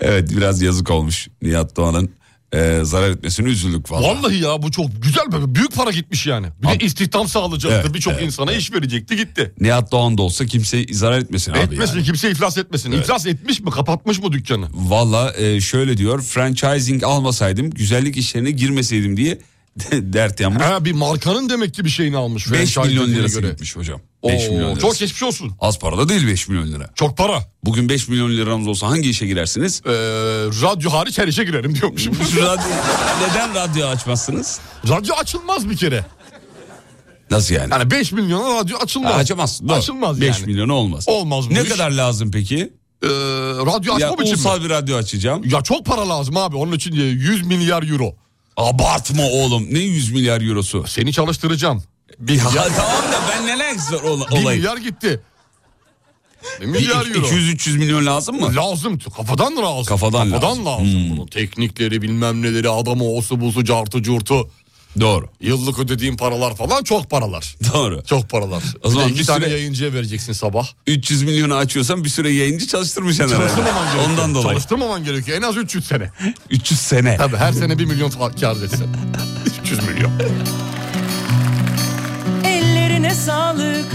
Evet biraz yazık olmuş Nihat Doğan'ın e, zarar etmesine üzüldük valla.
Vallahi ya bu çok güzel böyle büyük para gitmiş yani. Bir
Abi-
de istihdam sağlayacaktı.
Evet,
Birçok
evet,
insana iş verecekti gitti.
Nihat Doğan da olsa kimse zarar etmesin abi
Etmesin
yani.
kimse iflas etmesin. İflas etmiş mi kapatmış mı dükkanı?
Valla e, şöyle diyor franchising almasaydım güzellik işlerine girmeseydim diye (laughs) dert yanmış.
Ha bir markanın demek ki bir şeyini almış.
5
Franchise
milyon
dediğine
lirası
göre.
gitmiş hocam.
Oo,
5 milyon lirası.
Çok geçmiş olsun.
Az parada değil 5 milyon lira.
Çok para.
Bugün 5 milyon liranız olsa hangi işe girersiniz?
Ee, radyo hariç her işe girerim diyormuşum.
radyo, neden radyo açmazsınız?
radyo açılmaz bir kere.
Nasıl yani?
Yani 5 milyona radyo açılmaz.
Ha, açamaz. Doğru.
Açılmaz
5
yani.
milyon olmaz.
Olmaz bu
Ne
iş.
kadar lazım peki?
Ee, radyo
Ya,
açmam için mi?
ulusal bir radyo açacağım.
Ya çok para lazım abi. Onun için 100 milyar euro.
Abartma oğlum. Ne 100 milyar eurosu?
Seni çalıştıracağım. Bir
Ya,
milyar,
tamam da ben neler eksik ol-
bir
olayım.
milyar gitti. Bir
Bir-
milyar euro.
200-300 milyon lazım mı?
Lazım. Kafadan lazım.
Kafadan lazım. Hmm.
lazım. bunun. Teknikleri bilmem neleri adamı osu busu cartı curtu.
Doğru.
Yıllık ödediğin paralar falan çok paralar.
(laughs) Doğru.
Çok paralar.
O zaman
bir de iki
bir
tane
süre-
yayıncıya vereceksin sabah.
300 milyonu açıyorsan bir süre yayıncı çalıştırmayacaksın
Çalıştırmaman
herhalde.
gerekiyor.
Ondan dolayı.
Çalıştırmaman gerekiyor. En az 300
(laughs)
sene.
300 sene.
Tabii her sene 1 milyon fa- kar
(laughs)
etsin. 300 milyon.
Ellerine sağlık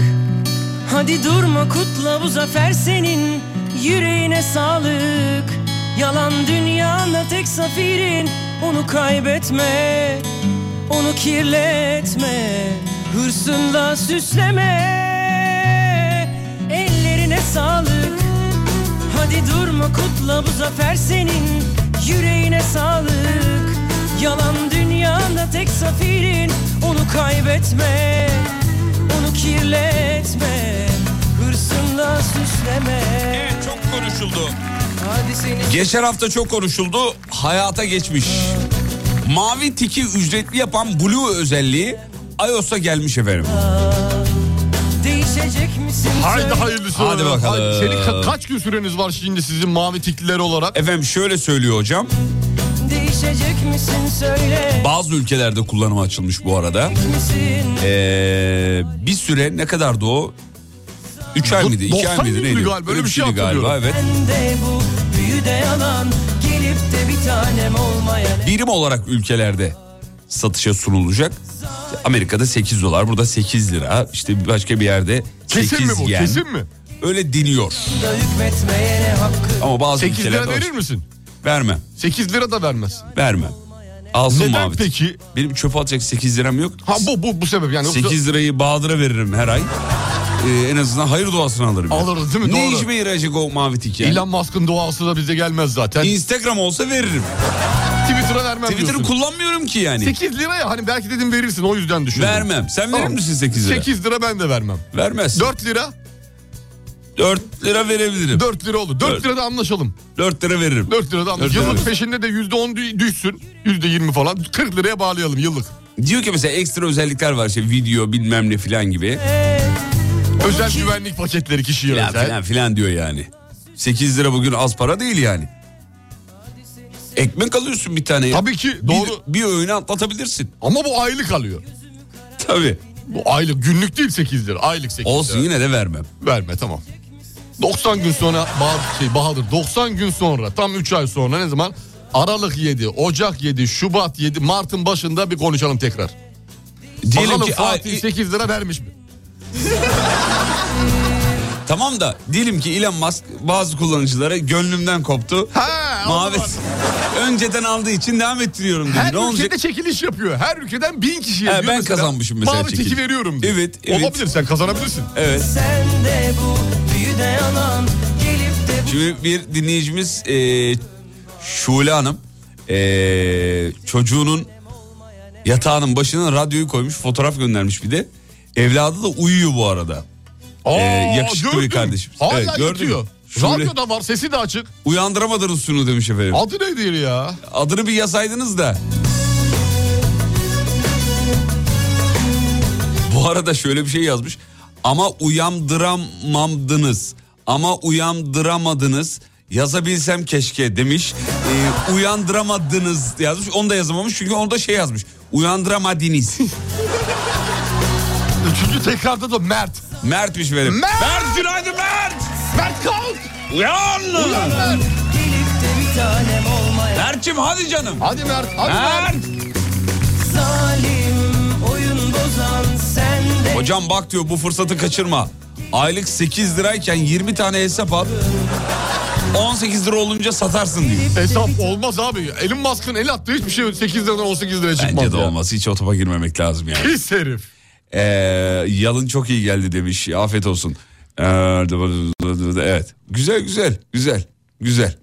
Hadi durma kutla bu zafer senin Yüreğine sağlık Yalan dünyanda tek zaferin Onu kaybetme Onu kirletme Hırsınla süsleme Ellerine sağlık Hadi durma kutla bu zafer senin Yüreğine sağlık Yalan dünyanda tek zaferin Onu kaybetme Onu kirletme Hırsınla süsleme
Evet, çok konuşuldu.
Hadi seni
Geçen hafta çok konuşuldu. Hayata geçmiş. Mavi tiki ücretli yapan Blue özelliği iOS'a gelmiş efendim.
değişecek
Gelecek misin
Haydi
söyle.
hayırlısı.
Hadi
olsun.
bakalım.
Haydi. Senin ka- kaç gün süreniz var şimdi sizin mavi tikliler olarak?
Efendim şöyle söylüyor hocam.
Değişecek misin söyle
Bazı ülkelerde kullanıma açılmış bu arada.
misin?
Ee, bir süre ne kadardı o? 3 ay
Do-
mıydı? 2 ay
90
mıydı?
günlük
Neydi?
galiba, öyle bir şey
şeydi
hatırlıyorum.
evet.
Ben de bu büyüde yalan Gelip de bir tanem olmayan
Birim olarak ülkelerde satışa sunulacak. İşte Amerika'da 8 dolar, burada 8 lira. İşte başka bir yerde 8
Kesin mi bu?
yen.
Kesin mi?
Öyle deniyor.
da hükmetmeye ne hakkı
Ama bazı
8 lira
ülkelerde
verir misin?
vermem.
8 lira da vermez.
Vermem. Alsın
Neden
mavi.
peki?
Benim çöp alacak 8 liram yok.
Ha bu bu bu sebep yani. Yoksa
8 lirayı Bahadır'a veririm her ay. Ee, en azından hayır duasını alırım. ya.
Alırız değil mi?
Ne
Doğru.
işime yarayacak o mavi tik yani?
Elon Musk'ın duası da bize gelmez zaten.
Instagram olsa veririm.
Twitter'a vermem
Twitter'ı
diyorsun.
kullanmıyorum ki yani.
8 lira ya hani belki dedim verirsin o yüzden düşündüm.
Vermem. Sen verir
Tamam.
misin 8 lira?
8 lira ben de vermem.
Vermez. 4,
4 lira
lira verebilirim. 4,
4 lira olur. 4
Dört.
lirada anlaşalım.
lira veririm.
4 lirada
Dört
anlaşalım. Yıllık
lira.
peşinde de %10 dü- düşsün. %20 falan. 40 liraya bağlayalım yıllık.
Diyor ki mesela ekstra özellikler var işte video bilmem ne filan gibi.
Özel güvenlik paketleri kişiye
Filan
özel.
filan filan diyor yani. 8 lira bugün az para değil yani. Ekmek alıyorsun bir tane. ya.
Tabii ki
Bir-
doğru.
Bir, öğünü atlatabilirsin.
Ama bu aylık alıyor.
Tabii.
Bu aylık günlük değil 8 lira. Aylık 8
Olsun
lira.
yine de vermem.
Verme tamam. 90 gün sonra Bahadır, şey, Bahadır 90 gün sonra tam 3 ay sonra ne zaman? Aralık 7, Ocak 7, Şubat 7, Mart'ın başında bir konuşalım tekrar.
Diyelim
Bakalım
ki
Fatih
ay-
8 lira vermiş mi?
Tamam da diyelim ki Elon Musk bazı kullanıcılara gönlümden koptu.
Ha, o
Mavi.
zaman.
(laughs) Önceden aldığı için devam ettiriyorum dedi.
Her
ne
ülkede
olacak?
çekiliş yapıyor. Her ülkeden bin kişi
He,
yapıyor.
ben kazanmışım mesela
Mavi
çekiliş.
tiki veriyorum diyor.
Evet, evet.
Olabilir sen kazanabilirsin.
Evet.
Sen de bu büyüde yalan Gelip de bu
Şimdi bir dinleyicimiz e, Şule Hanım e, çocuğunun yatağının başına radyoyu koymuş fotoğraf göndermiş bir de. Evladı da uyuyor bu arada. E,
Aa,
yakışıklı bir
gördüm.
kardeşim.
Hala
Evet, gördün
yatıyor.
mü? Şöyle-
Radyoda var sesi de açık.
Uyandıramadınız şunu demiş efendim.
Adı nedir ya?
Adını bir yazaydınız da. Bu arada şöyle bir şey yazmış. Ama uyandıramamdınız. Ama uyandıramadınız. Yazabilsem keşke demiş. Ee, uyandıramadınız yazmış. Onu da yazamamış çünkü onda şey yazmış. Uyandıramadınız.
Üçüncü tekrarda da Mert.
Mertmiş benim.
Mert!
Mert günaydın Mert!
Mert kalk.
Uyan!
Ulan Mert.
gelip de bir tanem olmayan
Mert'cim hadi canım.
Hadi Mert. Hadi Mert.
Mert!
Zalim oyun bozan sen de
Hocam bak diyor bu fırsatı kaçırma. Aylık 8 lirayken 20 tane hesap al. 18 lira olunca satarsın diyor.
Hesap olmaz abi. Elin Musk'ın el attığı hiçbir şey 8 liradan 18 liraya çıkmaz
Bence de
ya.
olmaz. Hiç o topa girmemek lazım yani.
Pis herif.
Ee, yalın çok iyi geldi demiş. Afiyet olsun. Ee, evet. Güzel güzel. Güzel. Güzel.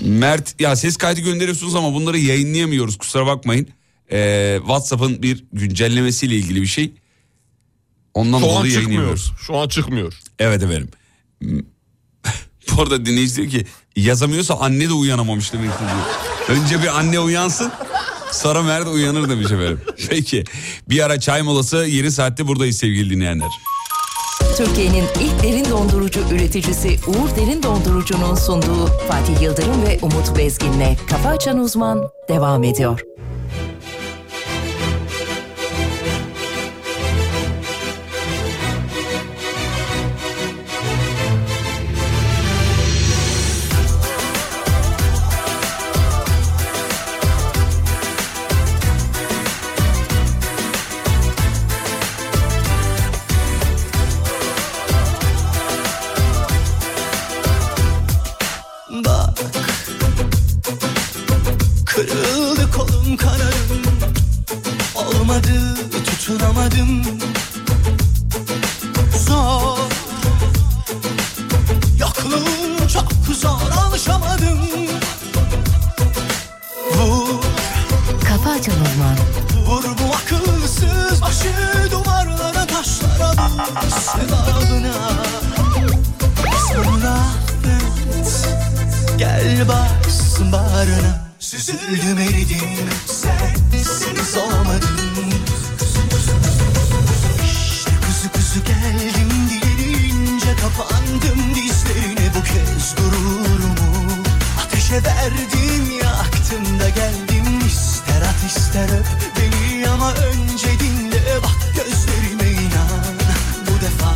Mert ya ses kaydı gönderiyorsunuz ama bunları yayınlayamıyoruz. Kusura bakmayın. Ee, WhatsApp'ın bir güncellemesiyle ilgili bir şey. Ondan
Şu an
dolayı
çıkmıyor.
yayınlayamıyoruz.
Şu an çıkmıyor.
Evet efendim. (laughs) Bu arada dinleyici diyor ki yazamıyorsa anne de uyanamamış demek ki diyor. Önce bir anne uyansın sonra Mert uyanır demiş efendim. (laughs) Peki bir ara çay molası yeni saatte buradayız sevgili dinleyenler.
Türkiye'nin ilk derin dondurucu üreticisi Uğur Derin Dondurucu'nun sunduğu Fatih Yıldırım ve Umut Bezgin'le Kafa Açan Uzman devam ediyor.
Bak Kırıldı kolum kanarım Olmadı tutunamadım Zor Yokluğun çok zor alışamadım Vur
Kafa Açan Uzman
Vur bu akılsız başı duvarlara taşlara vur sevabına Sonra et gel bas bağrına Süzüldüm eridim sensiz olmadım İşte kuzu
Kuzu kuzu geldim dilerince kapandım dizlerine bu kez gururumu Ateşe verdim yaktım da geldim ister at ister öp beni ama önce dinle bak gözlerime inan Bu defa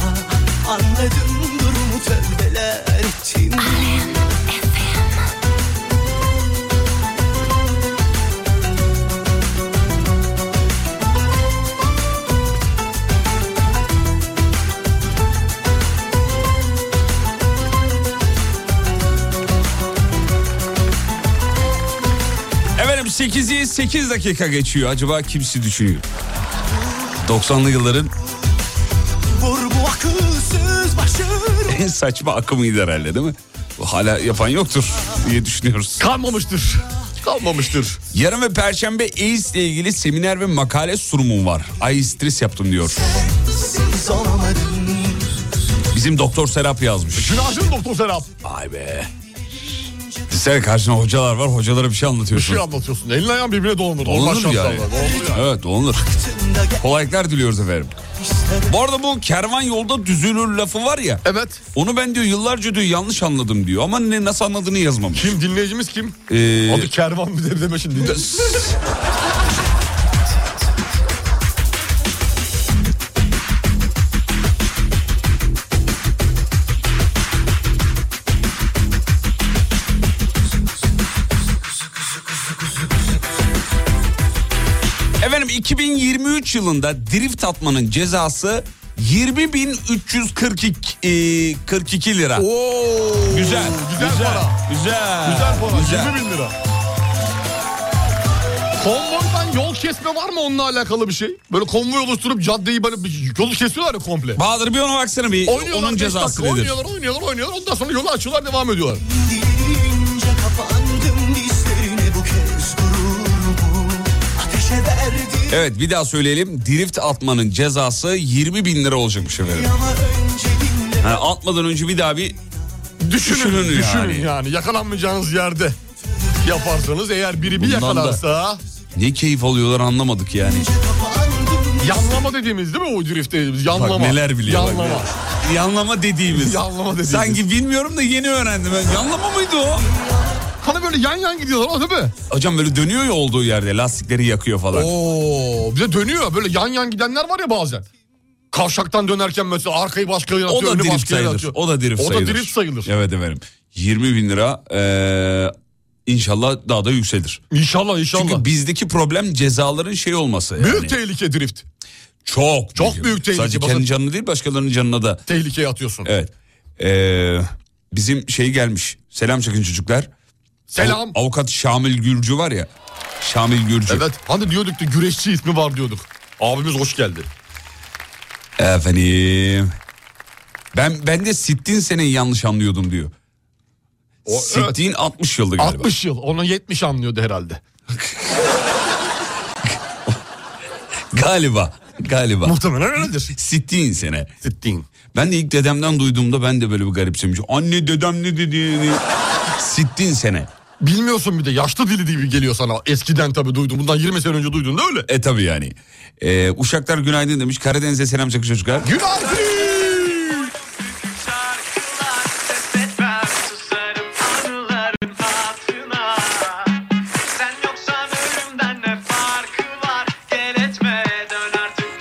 anladım durumu tövbeler ettim
Efendim 8'i 8 dakika geçiyor. Acaba kimsi düşünüyor? 90'lı yılların
Vur bu akılsız başım
(laughs) en saçma akımıydı herhalde değil mi? Bu Hala yapan yoktur diye düşünüyoruz.
Kalmamıştır. Kalmamıştır.
Yarın ve Perşembe AIDS ile ilgili seminer ve makale sunumum var. Ay stres yaptım diyor.
Siz olmadım
Bizim doktor Serap yazmış.
Günaydın Doktor Serap.
Vay be. Sen karşına hocalar var hocalara bir şey
Bir şey
anlatıyorsun.
anlatıyorsun. Elin ayağın birbirine dolanır. Allah
Olunur
şanslar
yani.
var. Olunur yani.
Evet olunur.
Tında gel
Kolaylıklar diliyoruz efendim. Bu arada bu kervan yolda düzülür lafı var ya.
Evet.
Onu ben diyor yıllarca diyor yanlış anladım diyor. Ama ne nasıl anladığını yazmamış.
Kim dinleyicimiz kim?
Ee,
Adı kervan bir deme şimdi.
Efendim 2023 yılında drift atmanın cezası 20.342 e, 42 lira.
Oo.
Güzel.
Güzel, para.
Güzel.
Güzel para.
Güzel.
20 bin lira. Konvoydan yol kesme var mı onunla alakalı bir şey? Böyle konvoy oluşturup caddeyi böyle bir- yolu kesiyorlar ya komple.
Bahadır bir ona baksana bir
Oynuyorlar
onun
beş
cezası
dakika,
nedir?
Oynuyorlar oynuyorlar oynuyorlar ondan sonra yolu açıyorlar devam ediyorlar.
dilince kapandım dizlerine bu kez gururumu Ateşe verdim
Evet bir daha söyleyelim. Drift atmanın cezası 20 bin lira olacakmış efendim.
ama önce dinle
Ha, atmadan önce bir daha bir
Düşünün,
Düşünün
düşünün, yani.
yani.
Yakalanmayacağınız yerde yaparsanız eğer biri bir
Bundan da-
yakalarsa
ne keyif alıyorlar anlamadık yani.
yanlama dediğimiz değil mi o drift dediğimiz yanlama.
Bak neler biliyor. bak.
Yanlama.
Yanlama dediğimiz.
Yanlama dediğimiz.
Sanki bilmiyorum da yeni öğrendim. Ben. Yanlama mıydı o?
Hani böyle yan yan gidiyorlar o değil mi?
Hocam böyle dönüyor ya olduğu yerde lastikleri yakıyor falan.
Oo, bir de dönüyor böyle yan yan gidenler var ya bazen. Kavşaktan dönerken mesela arkayı başka yere
O
atıyor,
da
önü
drift
başka yere
sayılır.
atıyor.
O da drift
O da
sayılır.
drift sayılır.
Evet efendim. 20 bin lira eee, inşallah daha da yükselir.
İnşallah inşallah.
Çünkü bizdeki problem cezaların şey olması. Yani.
büyük tehlike drift.
Çok.
Çok büyük tehlike.
Sadece
Bakın-
kendi canını değil başkalarının canına da.
Tehlikeye atıyorsun.
Evet. Eee, bizim şey gelmiş. Selam çakın çocuklar.
Selam.
Av- avukat Şamil Gürcü var ya. Şamil Gürcü.
Evet. Hani diyorduk da güreşçi ismi var diyorduk. Abimiz hoş geldi.
Efendim. Ben ben de sittin seneyi yanlış anlıyordum diyor.
O-
Sittin 60 yıldı galiba.
60 yıl. Ona 70 anlıyordu herhalde.
Galiba. Galiba.
Muhtemelen öyledir.
Sittin sene.
Sittin.
Ben de ilk dedemden duyduğumda ben de böyle bir garipsemiş. Anne dedem ne dediğini. Sittin sene.
Bilmiyorsun bir de yaşlı dili gibi geliyor sana. Eskiden tabii duydum. Bundan 20 sene önce duydun da öyle.
E tabi yani. E, Uşaklar günaydın demiş. Karadeniz'e selam çakın çocuklar.
Günaydın.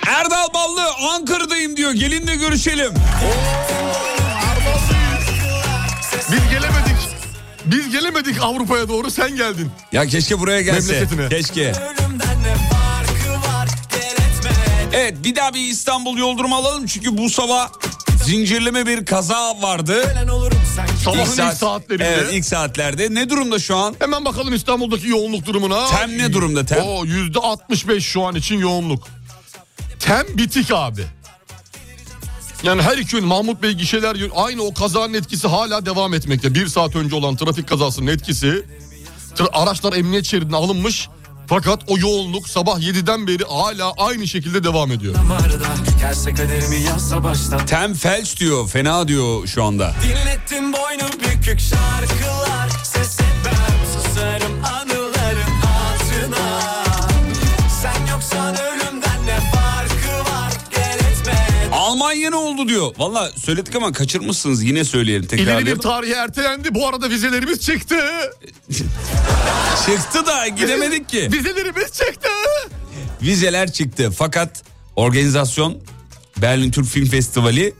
Erdal Ballı Ankara'dayım diyor. Gelin de görüşelim.
Biz gelemedik. Biz gelemedik Avrupa'ya doğru sen geldin.
Ya keşke buraya gelse.
Memleketine.
Keşke. Evet bir daha bir İstanbul yoldurumu alalım. Çünkü bu sabah zincirleme bir kaza vardı.
Sabahın ilk,
saat-
saatlerinde.
Evet ilk saatlerde. Ne durumda şu an?
Hemen bakalım İstanbul'daki yoğunluk durumuna.
Tem ne durumda, tem?
Oo, yüzde 65 şu an için yoğunluk. Tem bitik abi. Yani her iki gün Mahmut Bey gişeler yön- aynı o kazanın etkisi hala devam etmekte. Bir saat önce olan trafik kazasının etkisi tra- araçlar emniyet şeridine alınmış. Fakat o yoğunluk sabah 7'den beri hala aynı şekilde devam ediyor.
Damarda Gelse kaderimi yazsa baştan
Tem felç diyor. Fena diyor şu anda.
Dinlettim boynu bükük şarkılar Ses etmem susarım anıların hatırına Sen yoksan ölümden ne farkı var Gel etme
Almanya ne oldu diyor. Valla söyledik ama kaçırmışsınız yine söyleyelim tekrar.
İleri bir tarihe ertelendi. Bu arada vizelerimiz çıktı.
Çıktı da gidemedik ki.
Vizelerimiz çıktı.
Vizeler çıktı fakat organizasyon Berlin Türk Film Festivali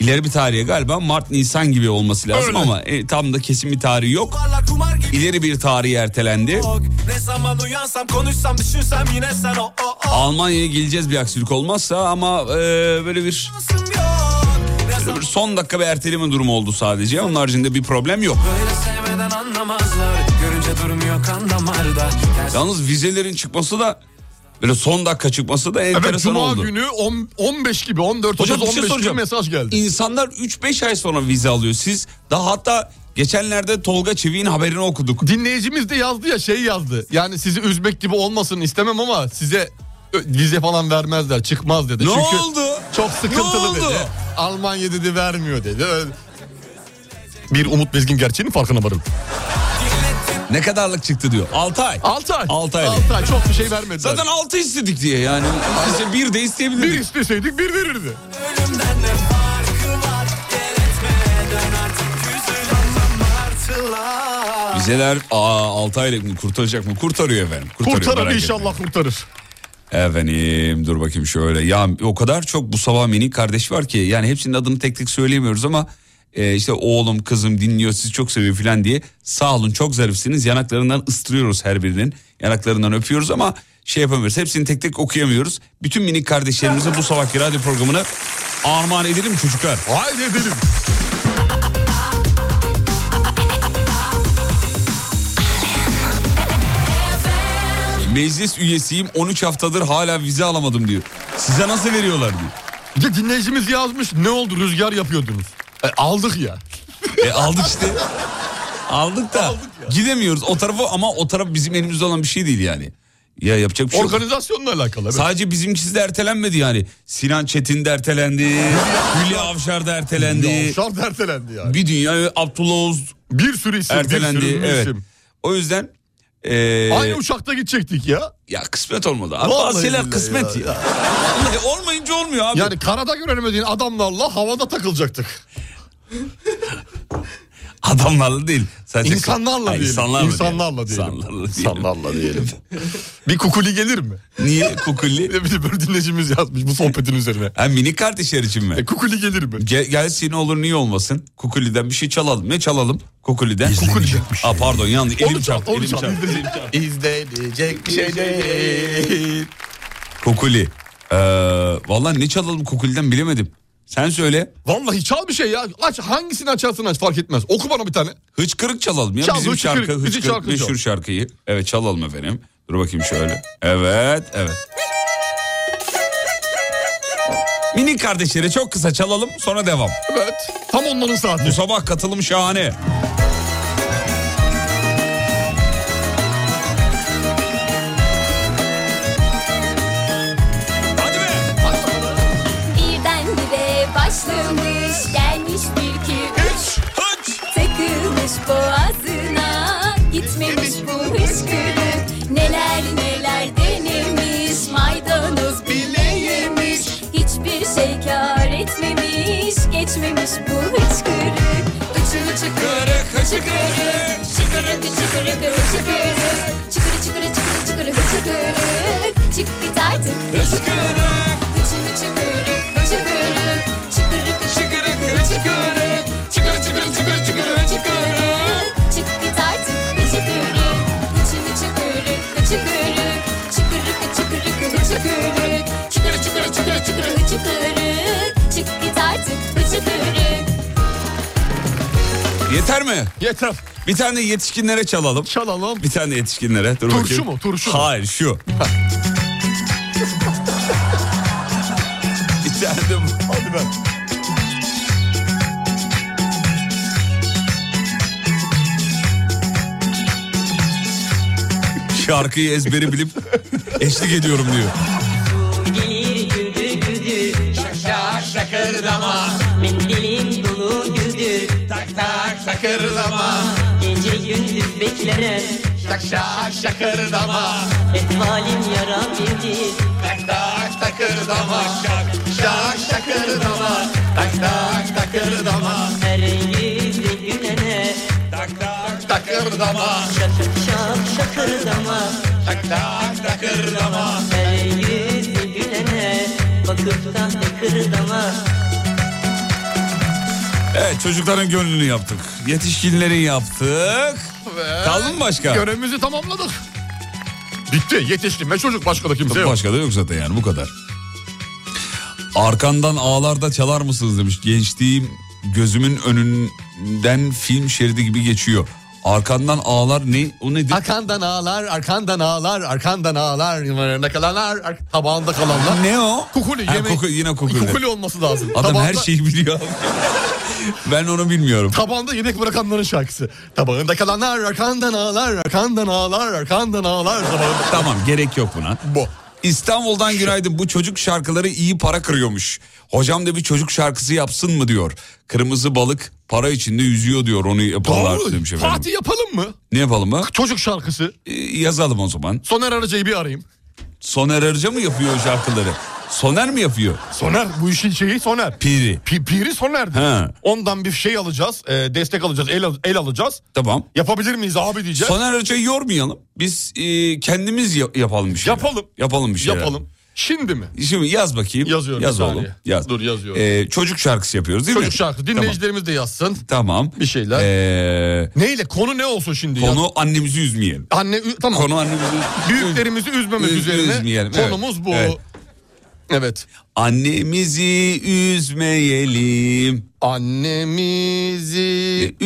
ileri bir tarihe galiba Mart-Nisan gibi olması lazım
Öyle.
ama e, tam da kesin bir tarihi yok.
Parla kumar gibi
İleri bir tarihe ertelendi.
yok Ne zaman uyansam konuşsam düşünsem yine sen o o o
Almanya'ya geleceğiz bir aksilik olmazsa ama e, böyle bir
Şansım yok Ne
böyle bir
zaman
son dakika bir erteleme durumu oldu sadece. Onun haricinde bir problem yok.
böyle sevmeden anlamazlar Görünce durmuyor kan damarda Ters
Yalnız vizelerin çıkması da böyle son dakika çıkması da
Evet
enteresan
Cuma
oldu.
günü on- 15 gibi 14
Hocam bir şey
15 gibi
soracağım.
mesaj geldi.
İnsanlar 3-5 ay sonra vize alıyor. Siz daha hatta geçenlerde Tolga Çevik'in haberini okuduk.
Dinleyicimiz de yazdı ya şey yazdı. Yani sizi üzmek gibi olmasın istemem ama size ö, vize falan vermezler çıkmaz dedi.
Ne
Çünkü
oldu?
Çok
Ne
sıkıntılı
oldu?
dedi. Almanya dedi vermiyor dedi. Öyle. Bir Umut Bezgin gerçeğinin farkına varım.
Ne kadarlık çıktı diyor. 6 ay.
6 ay.
Altı ay.
Altı ay çok bir şey vermediler.
Zaten 6 istedik diye yani. İşte bir de
bir
isteyebilirdik.
isteseydik bir verirdi.
ölümden ne farkı var Gel etme dön artık yüzün anlam artılar
Vizeler aa 6 aylık mı kurtaracak mı? Kurtarıyor efendim. Kurtarıyor,
Kurtarır
merak
inşallah
etmeyin.
kurtarır.
Efendim dur bakayım şöyle. Ya o kadar çok bu sabah minik kardeş var ki. Yani hepsinin adını tek tek söyleyemiyoruz ama... e, işte oğlum kızım dinliyor sizi çok seviyor falan diye. Sağ olun çok zarifsiniz. Yanaklarından ıstırıyoruz her birinin. Yanaklarından öpüyoruz ama şey yapamıyoruz. Hepsini tek tek okuyamıyoruz. Bütün minik kardeşlerimize bu sabahki radyo programını armağan edelim çocuklar.
Haydi edelim.
Meclis üyesiyim 13 haftadır hala vize alamadım diyor. Size nasıl veriyorlar diyor.
Bir de dinleyicimiz yazmış ne oldu rüzgar yapıyordunuz. E, aldık ya.
E aldık işte. Aldık da
Aldık ya.
gidemiyoruz o tarafa ama o taraf bizim elimizde olan bir şey değil yani. Ya yapacak bir şey yok.
Organizasyonla alakalı. evet.
Sadece bizimkisi de ertelenmedi yani. Sinan Çetin de ertelendi. Hülya Avşar da ertelendi.
Yavşar da ertelendi yani.
Bir dünya Abdullah Oğuz
Bir sürü isim. bir
ertelendi.
sürü
Evet.
isim.
O yüzden e,
Aynı uçakta gidecektik ya.
ya kısmet olmadı.
Vallahi
Bazı şeyler
billahi
kısmet
ya.
ya. Vallahi olmayınca olmuyor abi.
Yani karada göremediğin adamlarla havada takılacaktık.
Adamlarla değil. Sadece
İnsanlarla
Ay,
diyelim.
İnsanlarla,
İnsanlarla diyelim.
İnsanlarla diyelim.
İnsanlarla diyelim. bir kukuli gelir mi?
Niye kukulli?
(laughs) Bir de böyle dinleyicimiz yazmış bu sohbetin üzerine.
Ha mini kardeşler için mi?
E, kukuli gelir mi?
Ge- gelsin olur niye olmasın? Kukuli'den bir şey çalalım. Ne çalalım? Kukuli'den. Kukuli'den. Aa pardon yanlış. Elim
Onu çal,
çarptı,
onu
elim
çal.
çarptı.
İzlenecek bir şey değil.
Kukuli. Ee, vallahi ne çalalım Kukuli'den bilemedim. Sen söyle.
Vallahi çal bir şey ya. Aç hangisini açarsın aç fark etmez. Oku bana bir tane.
Hıçkırık çalalım ya.
Çal,
Bizim
hıçkırık,
şarkı
bizim
hıçkırık
şarkı
meşhur
çal.
şarkıyı. Evet çalalım efendim. Dur bakayım şöyle. Evet evet. Mini kardeşleri çok kısa çalalım sonra devam.
Evet. Tam onların
Bu
saati.
sabah katılım şahane. Hadi be.
Birden bire başlamış gelmiş bir ki üç
Hıç.
Takılmış boğazına gitmemiş bu hıçkırık Neler neler denemiş maydanoz bile yemiş Hiçbir şey kar etmemiş geçmemiş bu hıçkırık Uçu çıkırık hıçkırık Çıkırık çıkırık hıçkırık Çıkırı çıkırı çıkırı çıkırı hıçkırık Çık git artık hıçkırık Uçu çıkırık hıçkırık Çıkırık çıkırık hıçkırık Çıkırı çıkırı çıkırı çıkırı hıçkırık Çık git artık hıçkırık Uçu çıkırık hıçkırık Çıkırık çıkırık hıçkırık Çıkırı çıkırı çıkırı çıkırı hıçkırık Çık git artık hıçkırık
Yeter mi?
Yeter.
Bir tane yetişkinlere çalalım.
Çalalım.
Bir tane yetişkinlere. Dur
Turşu
bakayım.
mu? Turşu mu?
Hayır şu. Bir tane de bu.
Hadi ben.
şarkıyı
(laughs)
ezberi bilip eşlik ediyorum diyor.
Gelir güdü güdü Şak şak şakırdama Mendilim dolu güdü Tak tak şakırdama Gece gündüz beklere Şak şak şakırdama Etvalim yara bildi Tak tak
şakırdama şak şak şakırdama tak tak takırdama
Her yüzlü gülene
tak tak takırdama
şakır şak şakırdama
tak tak takırdama
Her yüzlü gülene bakıp da kırdama
Evet çocukların gönlünü yaptık. Yetişkinlerin yaptık.
Ve
Kaldı mı başka?
Görevimizi tamamladık. Bitti yetişkin ve çocuk başka da kimse yok.
Başka da yok zaten yani bu kadar. Arkandan ağlarda çalar mısınız demiş. Gençliğim gözümün önünden film şeridi gibi geçiyor. Arkandan ağlar ne? O nedir?
Arkandan ağlar, arkandan ağlar, arkandan ağlar, yuvarında kalanlar, ar- tabağında kalanlar.
ne o?
Kukuli
Ha,
yemek.
kuku- yine kukuli.
Kukuli olması lazım.
Adam
Tabağında-
her şeyi biliyor. ben onu bilmiyorum.
Tabağında yemek bırakanların şarkısı. Tabağında kalanlar, arkandan ağlar, arkandan ağlar, arkandan ağlar. Tabağında...
Tamam gerek yok buna.
Bu.
İstanbul'dan günaydın bu çocuk şarkıları iyi para kırıyormuş. Hocam da bir çocuk şarkısı yapsın mı diyor. Kırmızı balık para içinde yüzüyor diyor onu yaparlar
Doğru.
demiş efendim.
Fatih yapalım mı?
Ne yapalım mı?
Çocuk şarkısı.
Ee, yazalım o zaman.
Soner Arıcı'yı bir arayayım.
Soner Arıca mı yapıyor o şarkıları? Soner mi yapıyor?
Soner bu işin şeyi Soner.
Piri.
Pi- Piri Soner'di.
He.
Ondan bir şey alacağız, e, destek alacağız, el, al- el alacağız.
Tamam.
Yapabilir miyiz abi diyeceğiz.
Soner Arıca'yı yormayalım. Biz e, kendimiz ya- yapalım bir şey.
Yapalım.
Yapalım bir şey.
Yapalım. Şimdi mi?
Şimdi yaz bakayım.
Yazıyorum,
Yaz
bir
oğlum.
saniye.
Yaz.
Dur, yazıyorum.
Ee, çocuk şarkısı yapıyoruz değil
Çocuk
mi?
şarkı. Dinleyicilerimiz de yazsın.
Tamam. tamam.
Bir şeyler.
Ee,
Neyle? Konu ne olsun şimdi? ya?
konu annemizi üzmeyelim.
Anne ü- tamam.
Konu annemizi
Büyüklerimizi üzmemiz
Üz-
üzerine.
üzmeyelim, evet.
Konumuz bu.
Evet.
Evet.
Annemizi üzmeyelim.
Annemizi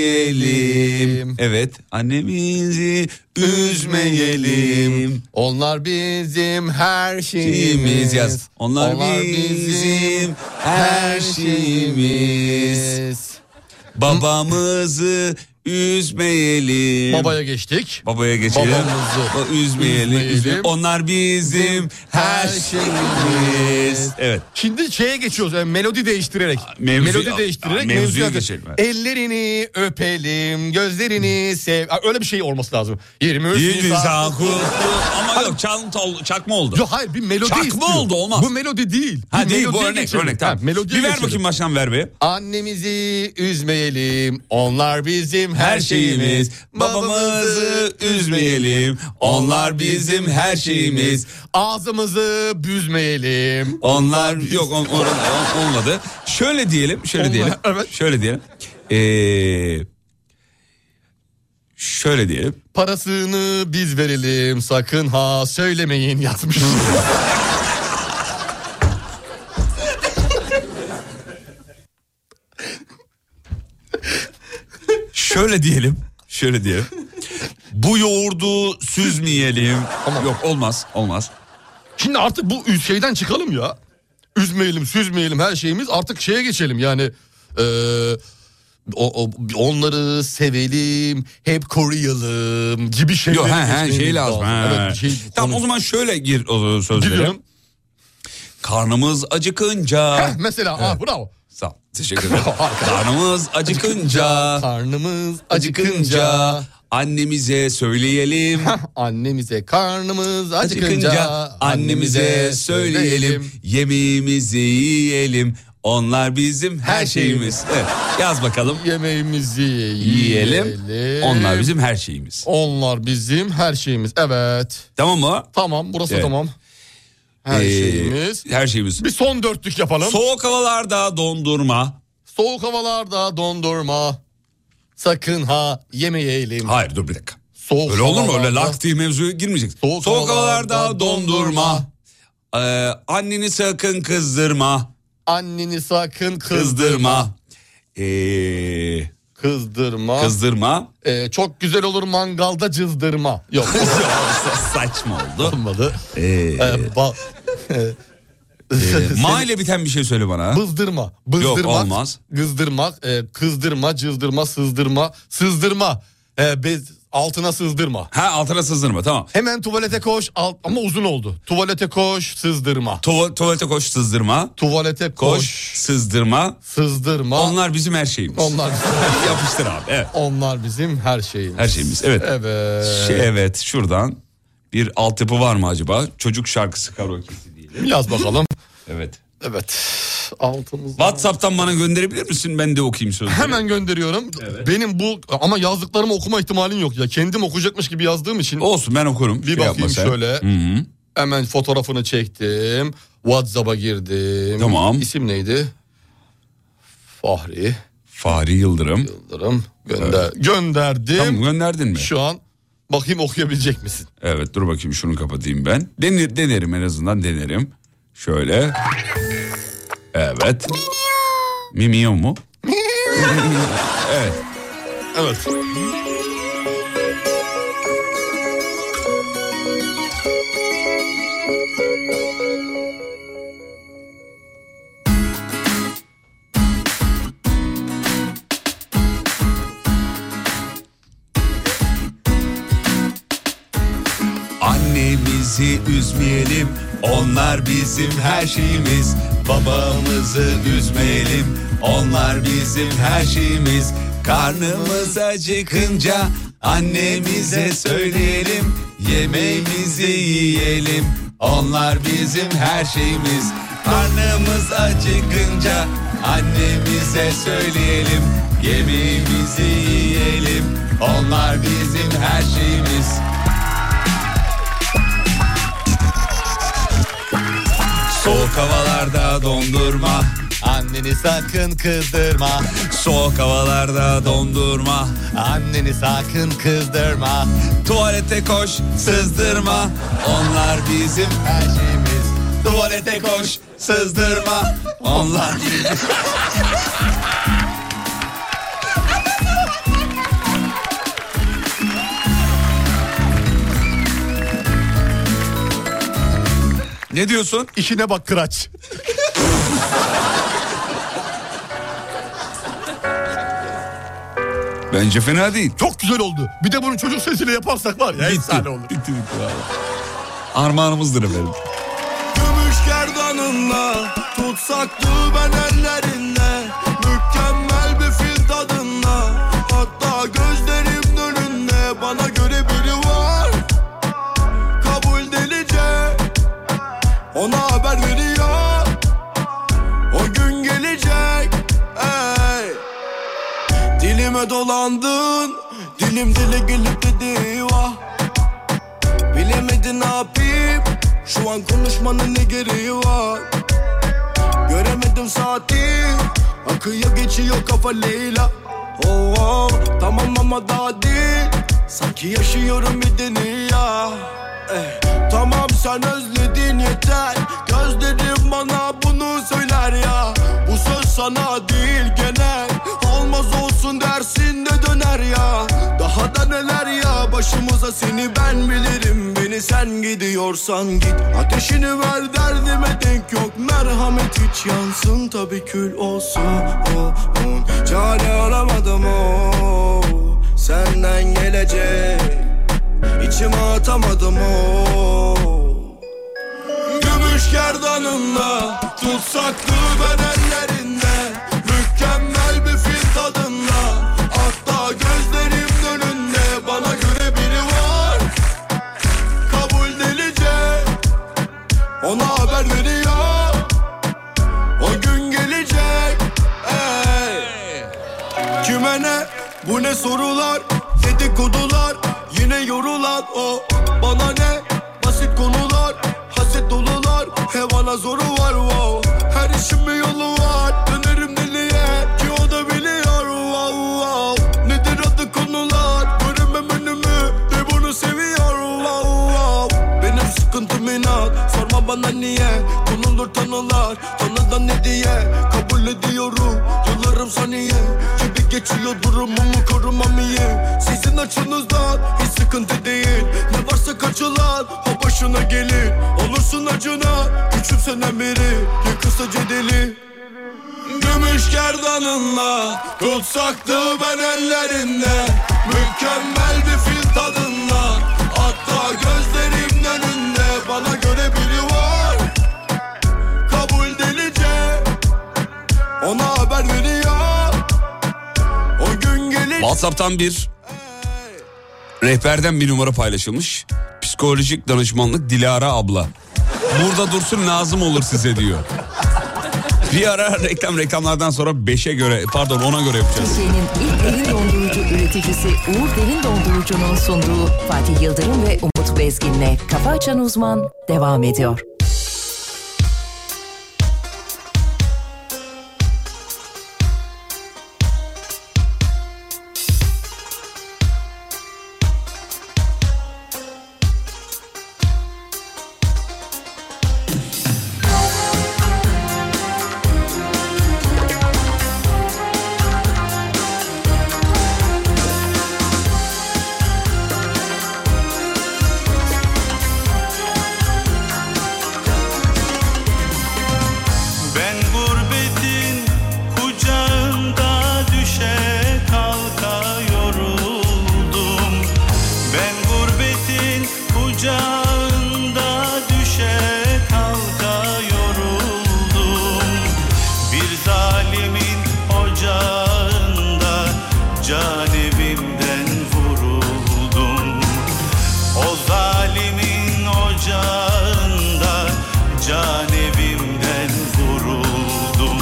Üzmeyelim. Evet. Annemizi üzmeyelim.
Onlar bizim her şeyimiz.
şeyimiz yaz. Onlar, bizim her şeyimiz. Babamızı üzmeyelim.
Babaya geçtik.
Babaya geçelim.
Babamızı
O üzmeyelim.
üzmeyelim.
üzme- Onlar bizim her şeyimiz. Evet.
Şimdi şeye geçiyoruz. yani melodi değiştirerek.
mevzu-
melodi değiştirerek
Aa, mevzuya
mevzuya-
geçelim, evet. Hmm.
Ellerini öpelim, gözlerini sev. Aa, Öyle bir şey olması lazım. 23
İyi
Nisan.
insan kutlu. Ama yok çantol, çakma oldu.
Yok hayır bir melodi
Çakma
istiyor.
oldu, olmaz.
Bu melodi değil.
Ha
Bir
değil bu
melodiye
örnek
geçelim.
örnek tamam.
Ha, melodiye
bir ver
geçelim.
bakayım baştan ver be.
Annemizi üzmeyelim. Onlar bizim her,
Her şeyimiz babamızı üzmeyelim. Onlar bizim her şeyimiz.
Ağzımızı büzmeyelim.
Onlar yok on, on- on- olmadı. Şöyle diyelim, şöyle
Onlar-
diyelim.
evet.
Şöyle diyelim. Ee, şöyle diyelim.
Parasını biz verelim. Sakın ha söylemeyin yazmış.
Şöyle diyelim. Şöyle diyelim. Bu yoğurdu süzmeyelim. Yok olmaz, olmaz.
Şimdi artık bu üz- şeyden çıkalım ya. Üzmeyelim, süzmeyelim her şeyimiz. Artık şeye geçelim yani. eee, o, o- onları sevelim, hep koruyalım gibi şeyler.
Yok he he şey lazım. he.
Evet, şey,
tamam
konu-
o zaman şöyle gir o sözlere.
Gidiyorum.
Karnımız acıkınca.
Heh, mesela ah, bravo.
Sağ ol, Teşekkür ederim.
(laughs) Harika.
Karnımız acıkınca.
Karnımız
Acıkınca
acıkınca.
annemize söyleyelim.
Annemize karnımız
Acıkınca annemize söyleyelim. Yemeğimizi yiyelim. Onlar bizim her
Her
şeyimiz. Evet, yaz bakalım.
Yemeğimizi
Yiyelim.
yiyelim.
Onlar bizim her şeyimiz.
Onlar bizim her şeyimiz. Evet.
Tamam mı?
Tamam burası
Evet.
tamam. Her
Ee,
şeyimiz.
Her şeyimiz.
Bir son dörtlük yapalım.
Soğuk havalarda dondurma.
Soğuk havalarda dondurma. Sakın ha yemeyelim.
Hayır dur bir dakika.
Soğuk
Öyle olur mu? Öyle
havalarda-
lak diye mevzuya girmeyecek. Soğuk,
Soğuk
havalarda
havalarda
dondurma. Ee, anneni sakın kızdırma.
Anneni sakın kızdırma.
Kızdırma. Ee,
Kızdırma.
kızdırma. (laughs)
Ee, çok güzel olur mangalda cızdırma. Yok. (laughs)
Sa- Saçma oldu.
olmadı.
Ee,
Ee, ba- (laughs) Ee,
e, Ee, ma ile biten bir şey söyle bana.
Bızdırma. Bızdırmak.
olmaz.
Kızdırmak. e, kızdırma, cızdırma, sızdırma. Sızdırma. E, bez, altına sızdırma.
Ha altına sızdırma tamam.
Hemen tuvalete koş al- ama uzun oldu. Tuvalete koş sızdırma.
Tuva- tuvalete koş sızdırma.
Tuvalete koş,
Koş, sızdırma.
sızdırma.
Onlar bizim her şeyimiz.
onlar
(laughs) Yapıştır abi evet.
onlar bizim her şeyimiz.
Her şeyimiz evet.
Evet.
Şey, evet şuradan. bir altyapı var mı acaba? Çocuk şarkısı karaoke'si diye.
Yaz bakalım.
Evet.
Evet. Altımız.
WhatsApp'tan bana gönderebilir misin? Ben de okuyayım sözleri.
Hemen gönderiyorum. Benim bu ama yazdıklarımı okuma ihtimalin yok ya. Kendim okuyacakmış gibi yazdığım için
Olsun ben okurum.
bir
Şey yapma
bakayım
sen.
şöyle.
Hı-hı.
Hemen fotoğrafını çektim. WhatsApp'a girdim.
Tamam.
İsim neydi?
Eh.
Fahri
Fahri Yıldırım.
Yıldırım gönder gönderdim.
Tamam gönderdin mi?
Şu an bakayım okuyabilecek misin?
Evet dur bakayım şunu kapatayım ben. Denir, denerim en azından denerim. Şöyle. Evet. Mimiyo mu? (laughs)
Evet.
Annemizi üzmeyelim. Onlar bizim her şeyimiz. Babamızı üzmeyelim. Onlar bizim her şeyimiz. Karnımız acıkınca annemize söyleyelim. Yemeğimizi yiyelim. Onlar bizim her şeyimiz. Karnımız acıkınca annemize söyleyelim. Yemeğimizi yiyelim. Onlar bizim her şeyimiz. Soğuk havalarda dondurma
Anneni sakın kızdırma.
Soğuk havalarda dondurma
Anneni sakın kızdırma.
Tuvalete koş sızdırma Onlar bizim her şeyimiz Tuvalete koş sızdırma Onlar bizim (laughs) Ne diyorsun?
İşine bak kıraç.
Bence fena değil.
Çok güzel oldu. Bir de bunu çocuk sesiyle yaparsak var ya efsane olur.
Bitti bitti valla. Armağanımızdır efendim.
Gümüş kerdanınla Tutsak düğmen ellerinde Mükemmel bir fil tadında Hatta gözlerim önünde Bana göre biri var Kabul delice Ona haber veriyor O gün gelecek Ey Dilime dolandın Dilim dile gelip dedi vah Bilemedin ne yapayım Şu an konuşmanın ne gereği var Göremedim saati Akıyor geçiyor kafa Leyla Oh, oh, tamam ama daha değil Sanki yaşıyorum bir dünya Eh, Tamam sen özledin yeter Gözlerim bana bunu söyler ya Bu söz sana değil genel Olmaz olsun dersin de döner ya Daha da neler ya başımıza seni ben bilirim Beni sen gidiyorsan git Ateşini ver derdime denk yok Merhamet hiç yansın tabi kül olsun oh, oh. Çare aramadım oh. Senden gelecek İçime atamadım o Gümüş kerdanında Tutsaklı ben ellerinde Mükemmel bir fil tadında Hatta gözlerim önünde Bana göre biri var Kabul delice Ona haber veriyor O gün gelecek Ey. Kime ne? Bu ne sorular? Dedikodular Yine yorulan o Bana ne? Basit konular Haset dolular Hevana zoru var wow Her işin bir yolu var Dönerim deliye Ki o da biliyor wow wow Nedir adı konular Göremem önümü De bunu seviyor wow wow Benim sıkıntım inat Sorma bana niye Konulur tanılar Tanıdan ne diye Kabul ediyorum Yıllarım saniye Gibi geçiyor durumumu korumam iyi Sizin açınızdan Hiç sıkıntı değil Ne varsa kaçılan O başına gelir Olursun acına Küçümsenen biri Yakılsa cedeli Gümüş kerdanınla Tutsaktı ben ellerinde Mükemmel bir fil tadında Hatta gözlerim önünde Bana göre biri var Kabul delice Ona haber veriyor O gün gelir
WhatsApp'tan bir rehberden bir numara paylaşılmış. psikolojik danışmanlık Dilara abla. Burada dursun lazım olur size diyor. Bir ara reklam reklamlardan sonra 5'e göre pardon ona göre yapacağız.
Türkiye'nin ilk derin dondurucu üreticisi Uğur Derin Dondurucu'nun sunduğu Fatih Yıldırım ve Umut Bezgin'le Kafa Açan Uzman devam ediyor.
Ben gurbetin kucağında düşe kalka yoruldum Ben gurbetin kucağında düşe kalka yoruldum Bir zalimin ocağında can evimden vuruldum O zalimin ocağında can evimden vuruldum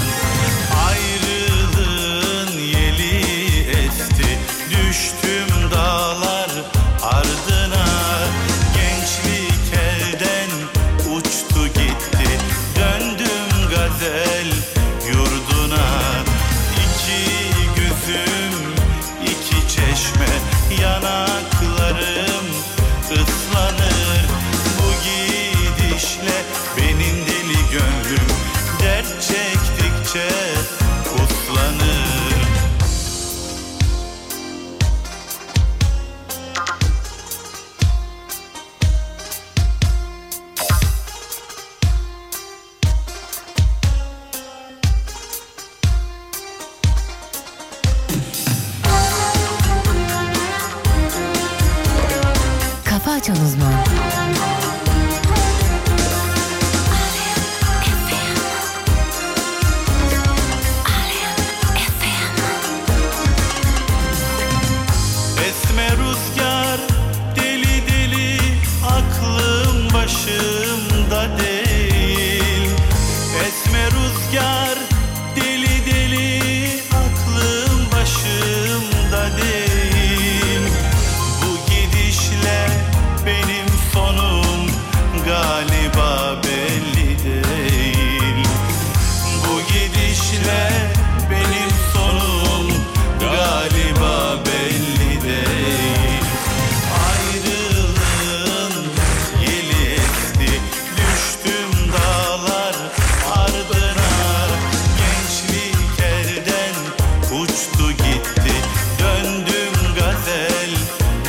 Ayrılığın yeli esti düştüm dağlar ardına Gençlik elden uçtu gitti döndüm gazel yurduna İki gözüm iki çeşme yanaklarım ıslanır bu gidişle benim deli gönlüm dert çektikçe uslanır
Kafa Açan Uzman
Esme rüzgar deli deli aklım başımda değil Esme rüzgar deli deli aklım başımda değil Bu gidişle benim sonum galiba belli değil bu gidişle benim sonum galiba belli değil Ayrılığın yeli esti düştüm dağlar ardına Gençlik elden uçtu gitti döndüm gazel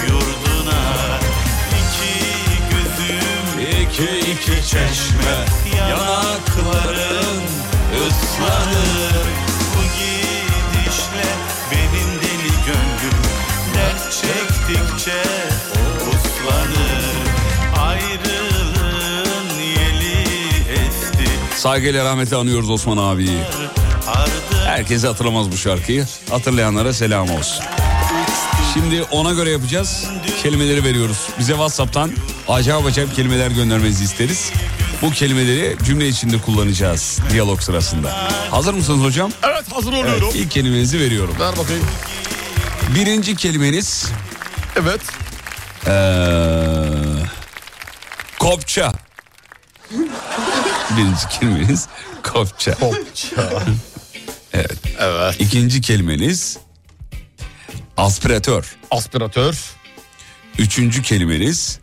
yurduna İki gözüm
İki iki çeşme
yanaklarım ıslanır Bu gidişle benim deli gönlüm Dert çektikçe uslanır Ayrılığın yeli esti
Saygıyla rahmetle anıyoruz Osman abiyi.
Ardı
Herkes hatırlamaz bu şarkıyı. Hatırlayanlara selam olsun. Şimdi ona göre yapacağız. Kelimeleri veriyoruz. Bize WhatsApp'tan acayip acayip kelimeler göndermenizi isteriz. Bu kelimeleri cümle içinde kullanacağız diyalog sırasında. Hazır mısınız hocam?
Evet hazır
Evet,
oluyorum.
ilk kelimenizi veriyorum.
Ver bakayım.
Birinci kelimeniz
Evet.
eee, Ee, kopça. (laughs) Birinci kelimeniz kopça.
Evet.
İkinci kelimeniz aspiratör.
Aspiratör.
Üçüncü kelimeniz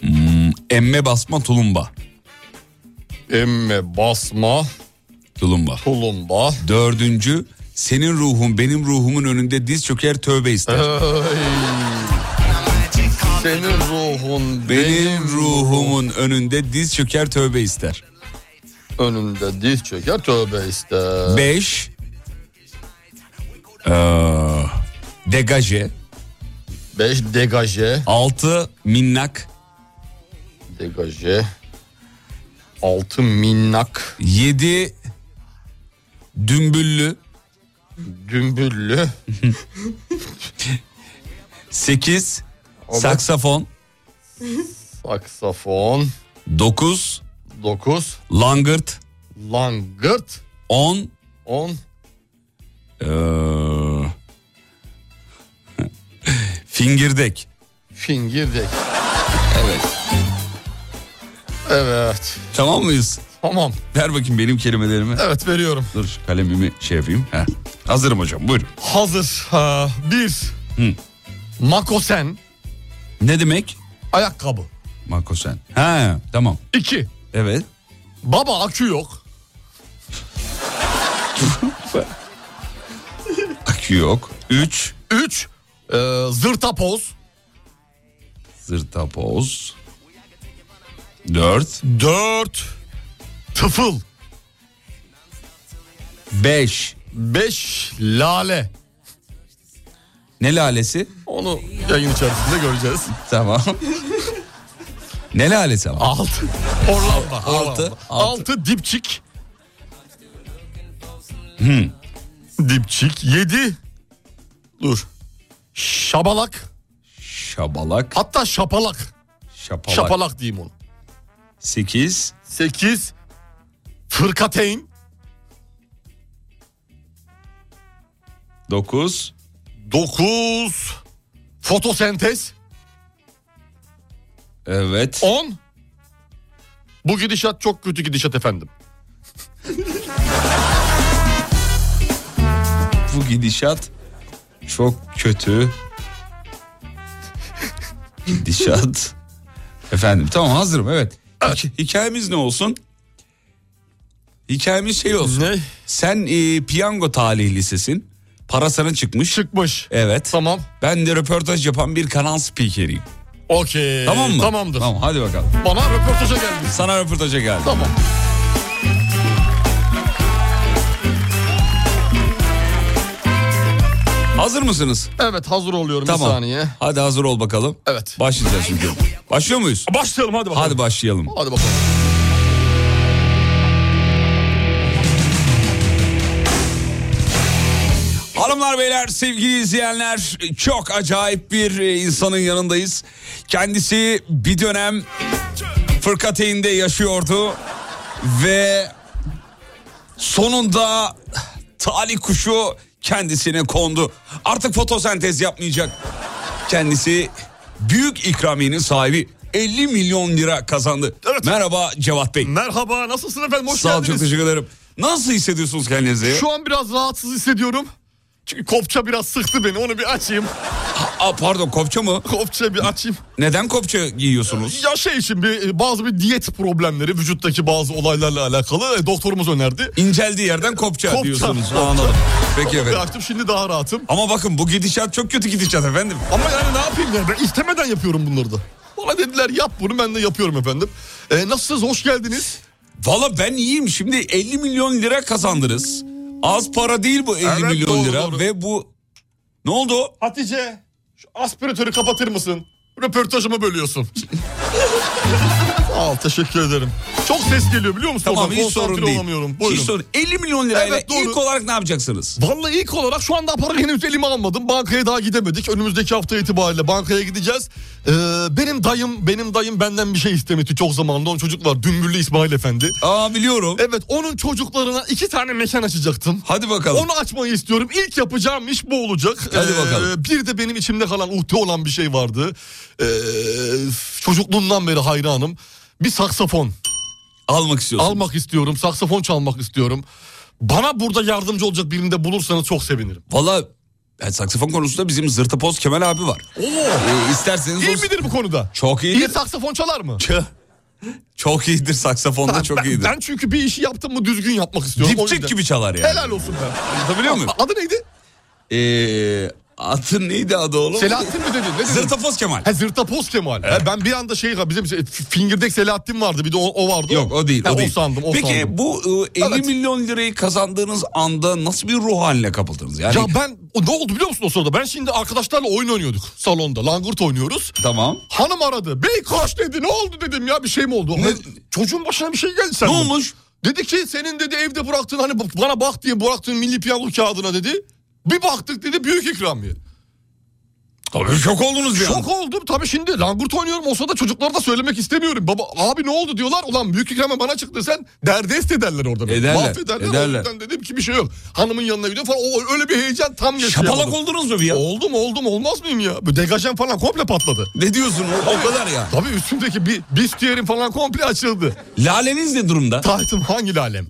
hmm, emme basma tulumba.
Emme basma.
Tulumba.
Tulumba.
Dördüncü senin ruhun benim ruhumun önünde diz çöker tövbe ister.
Senin ruhun
Benim ruhumun önünde diz çöker tövbe ister.
önünde diz çöker tövbe ister.
Beş ee, degaje.
Beş degaje.
Altı minnak.
Degaje. Altı minnak.
Yedi dümbüllü.
Dümbüllü.
Sekiz saksafon.
Saksafon.
9,
9.
langırt,
Langırt.
10,
10.
eee, (laughs) fingirdek.
Fingirdek. Evet. Evet.
Tamam mıyız?
Tamam.
Ver bakayım benim kelimelerimi.
Evet veriyorum.
Dur şu kalemimi şey yapayım. Heh. Hazırım hocam buyurun.
Hazır. Ha, bir.
Hı.
Makosen.
Ne demek?
Ayakkabı.
Makosen. Ha tamam.
İki.
Evet.
Baba akü yok.
Akü yok. 3.
Üç. E, zırta poz.
Zırtapoz. 4.
Dört. Tıfıl.
5.
Beş. Lale.
Ne lalesi?
Onu yayın içerisinde göreceğiz.
Tamam. ne lalesi ama?
Altı. Orlanma.
Altı,
Altı.
altı.
Altı dipçik. Dipçik. Yedi. Dur. Şabalak.
Şabalak.
Hatta şapalak.
Şapalak.
Şapalak diyeyim onu.
8.
Sekiz. Fırkateyn.
9.
Dokuz. Fotosentez.
Evet.
On. Bu gidişat çok kötü gidişat efendim.
Bu gidişat çok kötü. Gidişat. Efendim tamam hazırım evet. Hi- Hikayemiz ne olsun? Hikayemiz şey olsun.
Ne?
Sen e, piyango talihlisisin. Para sana çıkmış.
Çıkmış.
Evet.
Tamam.
Ben de röportaj yapan bir kanal spikeriyim.
Okey.
Tamam mı?
Tamamdır.
Tamam hadi bakalım.
Bana röportaja geldiniz.
Sana röportaja geldim.
Tamam.
Hazır mısınız?
Evet hazır oluyorum
Tamam.
bir saniye.
Hadi hazır ol bakalım.
Evet.
Başlayacağız şimdi. Başlıyor muyuz?
Başlayalım hadi bakalım.
Hadi başlayalım.
Hadi bakalım.
Hanımlar beyler sevgili izleyenler çok acayip bir e, insanın yanındayız. Kendisi bir dönem fırkateynde yaşıyordu ve sonunda talih kuşu kendisine kondu. Artık fotosentez yapmayacak. Kendisi büyük ikramiyenin sahibi 50 milyon lira kazandı.
Evet.
Merhaba Cevat Bey.
Merhaba nasılsın efendim hoş
Sağ olun çok
geldiniz.
teşekkür ederim. Nasıl hissediyorsunuz kendinizi?
Şu an biraz rahatsız hissediyorum. Çünkü kopça biraz sıktı beni onu bir açayım.
Aa, pardon kopça mı?
Kopça bir açayım.
Neden kopça giyiyorsunuz?
Ya şey için bir, bazı bir diyet problemleri vücuttaki bazı olaylarla alakalı e, doktorumuz önerdi.
İnceldiği yerden kopça,
Kopça,
diyorsunuz.
kopça.
Anladım. Peki efendim.
Bıraktım şimdi daha rahatım.
Ama bakın bu gidişat çok kötü gidişat efendim.
Ama yani ne yapayım yani ben istemeden yapıyorum bunları da. Bana dediler yap bunu ben de yapıyorum efendim. E, nasılsınız hoş geldiniz.
Valla ben iyiyim. Şimdi 50 milyon lira kazandınız. Az para değil bu 50
Evet,
milyon
doğru,
lira.
doğru.
Ve bu... Ne oldu?
Hatice şu aspiratörü kapatır mısın? Röportajımı bölüyorsun. Al teşekkür ederim. Çok ses geliyor biliyor musun?
Tamam
Oradan
hiç sorun
konsantre
değil.
Olamıyorum. Buyurun.
Hiç sorun. 50 milyon lirayla
Evet, doğru.
ilk olarak ne yapacaksınız?
Vallahi ilk olarak şu anda para henüz elime almadım. Bankaya daha gidemedik. Önümüzdeki hafta itibariyle bankaya gideceğiz. Ee, benim dayım benim dayım benden bir şey istemedi çok zamanında. Onun çocuk var Dümbüllü İsmail Efendi.
Aa biliyorum.
Evet onun çocuklarına iki tane mekan açacaktım.
Hadi bakalım.
Onu açmayı istiyorum. İlk yapacağım iş bu olacak. Ee,
Hadi bakalım.
Bir de benim içimde kalan uhde olan bir şey vardı. Ee, çocukluğumdan beri hayranım. Bir saksafon
Almak istiyorsunuz.
almak istiyorum. Saksafon çalmak istiyorum. Bana burada yardımcı olacak birini de bulursanız çok sevinirim.
Valla yani saksafon konusunda bizim zırtapoz Kemal abi var.
Oo.
Ee, isterseniz
İyi
o-
midir bu konuda?
Çok iyidir.
İyi saksafon çalar mı?
Çok iyidir saksafonda
Ben-
çok
ben,
iyidir.
Ben çünkü bir işi yaptım mı düzgün yapmak istiyorum. O
Dipçik
yüzden.
gibi çalar yani.
Helal olsun ben.
Anlatabiliyor muyum?
Adı neydi?
Ee, adı neydi adı oğlum?
Selahattin mi dedin? Ne dedin?
Zırtapoz Kemal.
Ha Zırtapoz Kemal. Ha, ben bir anda şey bizim şey, fingirdek Selahattin vardı bir de o, o vardı.
Yok o değil
Ha,
o değil.
sandım o
Peki
sandım.
bu e, 50
Evet.
milyon lirayı kazandığınız anda nasıl bir ruh haline kapıldınız? Yani
Ya ben o, ne oldu biliyor musun o sırada? Ben şimdi arkadaşlarla oyun oynuyorduk salonda. Langırt oynuyoruz.
tamam.
Hanım aradı. Bey koş dedi. Ne oldu dedim ya bir şey mi oldu? Hani çocuğun başına bir şey geldi sen.
Ne olmuş?
Dedi ki senin dedi evde bıraktığın hani bana bak diye bıraktığın milli piyango kağıdına dedi. Bir baktık dedi büyük ikramiye.
Tabii şok oldunuz bir an.
Şok oldum tabii şimdi langırt oynuyorum olsa da çocuklara da söylemek istemiyorum. Baba abi ne oldu diyorlar. Ulan büyük ikrame bana çıktı sen derdest ederler orada. beni.
Ederler,
Mahvederler.
ederler.
O yüzden dedim ki bir şey yok. Hanımın yanına gidiyor falan. O, öyle bir heyecan tam yaşayamadım.
Şapalak oldunuz mu bir an?
Oldum oldum olmaz mıyım ya? Böyle degajen falan komple patladı.
Ne diyorsun o, o kadar ya.
Tabii üstümdeki bir bistiyerim falan komple açıldı.
Laleniz ne durumda?
Tahtım hangi alem?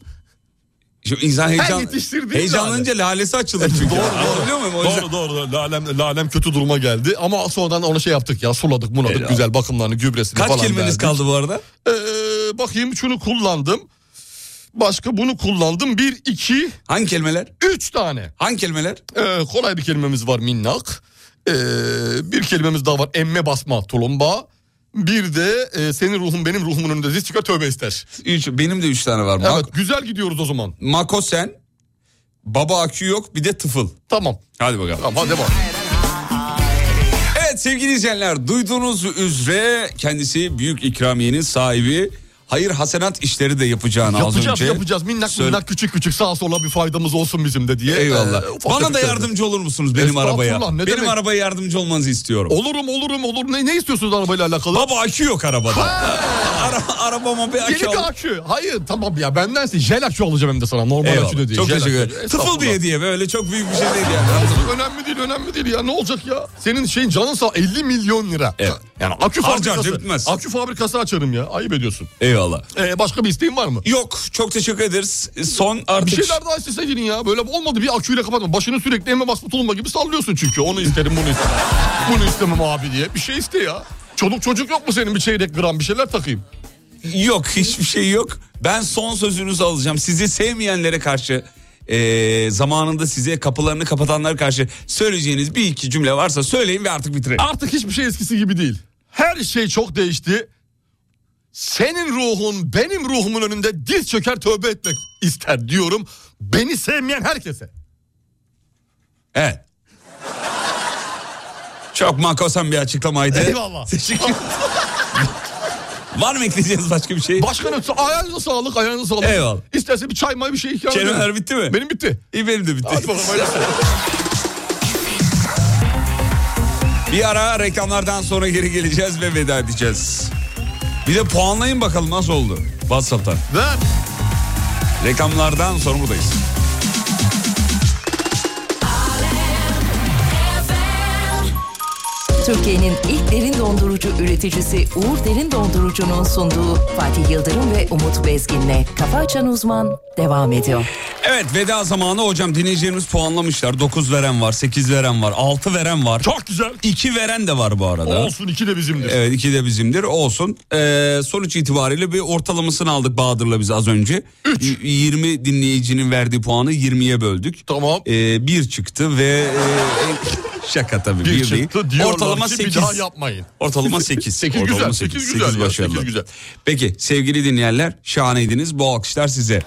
Şimdi insan heyecan,
yetiştirdiğim
heyecanlanınca lalesi açılır çünkü.
Doğru,
Anlatabiliyor muyum? O
Doğru
yüzden-
doğru. Lalem, lalem kötü duruma geldi. Ama sonradan ona şey yaptık ya suladık munadık. Güzel bakımlarını gübresini
Kaç
falan
kelimeniz
verdik.
kaldı bu arada?
Ee, bakayım şunu kullandım. Başka bunu kullandım. Bir, iki,
Hangi kelimeler?
üç tane.
Hangi kelimeler?
Ee, kolay bir kelimemiz var minnak. Ee, bir kelimemiz daha var emme basma tulumba. Bir de e, senin ruhun benim ruhumun önünde zil çıkar tövbe ister.
Üç, benim de üç tane var.
Evet
Mak-
güzel gidiyoruz o zaman.
Makosen, baba akü yok bir de tıfıl.
Tamam.
Hadi bakalım.
Tamam hadi bak.
Evet sevgili izleyenler duyduğunuz üzere kendisi büyük ikramiyenin sahibi hayır hasenat işleri de yapacağını az
Yapacağız
önce.
yapacağız minnak
söyle-
minnak küçük küçük sağa sola bir faydamız olsun bizim de diye.
Eyvallah.
Ee, ufak
e, Bana
tefek
da
şeyler.
yardımcı olur musunuz benim
Estağfurullah,
arabaya?
ne
Benim
demek?
arabaya yardımcı olmanızı istiyorum.
Olurum olurum olur. Ne, ne istiyorsunuz arabayla alakalı?
Baba akü yok arabada. (laughs) Ara, arabama bir akü
Yeni
al.
bir akü. Hayır tamam ya bendense jel akü alacağım hem de sana. Normal
Eyvallah.
akü de değil.
Çok
jel
teşekkür
akü.
ederim. Tıfıl
Estağfurullah.
diye diye böyle çok büyük bir şey değil yani.
Önemli değil önemli değil ya ne olacak ya? Senin şeyin canın sağ 50 milyon lira.
Evet.
Yani akü
Harcar,
fabrikası.
dökmez.
Akü fabrikası açarım ya ayıp ediyorsun.
Eyvallah.
Ee, başka bir isteğin var mı?
Yok çok teşekkür ederiz. Son artık
Bir şeyler daha isteseydin ya. Böyle olmadı bir aküyle kapatma. Başını sürekli emme basma tulumba gibi sallıyorsun çünkü. Onu isterim bunu isterim. bunu istemem abi diye. Bir şey iste ya. Çoluk çocuk yok mu senin bir çeyrek gram bir şeyler takayım.
Yok hiçbir şey yok. Ben son sözünüzü alacağım. Sizi sevmeyenlere karşı eee, zamanında size kapılarını kapatanlara karşı söyleyeceğiniz bir iki cümle varsa söyleyin ve artık bitirelim.
Artık hiçbir şey eskisi gibi değil. Her şey çok değişti. Senin ruhun benim ruhumun önünde diz çöker tövbe etmek ister diyorum. Beni sevmeyen herkese.
Evet. Çok makosan bir açıklamaydı.
Eyvallah. (laughs)
Teşekkür Var mı ekleyeceğiniz başka bir şey?
Başkanım sa- ayağınıza sağlık ayağınıza sağlık.
Eyvallah.
İsterse bir çay may bir şey ikram edelim.
Kelimeler bitti mi?
Benim bitti.
İyi benim de bitti.
Hadi bakalım hayırlısı.
Bir ara reklamlardan sonra geri geleceğiz ve veda edeceğiz. Bir de puanlayın bakalım nasıl oldu WhatsApp'tan.
Ver.
Reklamlardan sonra buradayız.
Türkiye'nin ilk derin dondurucu üreticisi Uğur Derin Dondurucu'nun sunduğu Fatih Yıldırım ve Umut Bezgin'le Kafa Açan Uzman devam ediyor.
Evet veda zamanı hocam dinleyicilerimiz puanlamışlar. 9 veren var, 8 veren var, 6 veren var.
Çok güzel.
2 veren de var bu arada.
Olsun iki de bizimdir.
Evet 2 de bizimdir olsun. Ee, sonuç itibariyle bir ortalamasını aldık Bahadır'la biz az önce. 20 dinleyicinin verdiği puanı 20'ye böldük.
Tamam.
Ee, bir çıktı ve... e, en- (laughs) şaka tabii bir,
bir
değil.
çıktı diyorlar
Ortalama
ki
8.
bir daha yapmayın. (laughs)
Ortalama 8.
Sekiz
Ortalama
güzel,
sekiz.
sekiz güzel
Sekiz
ya,
başarılı.
sekiz güzel.
Peki sevgili dinleyenler şahaneydiniz. Bu alkışlar size.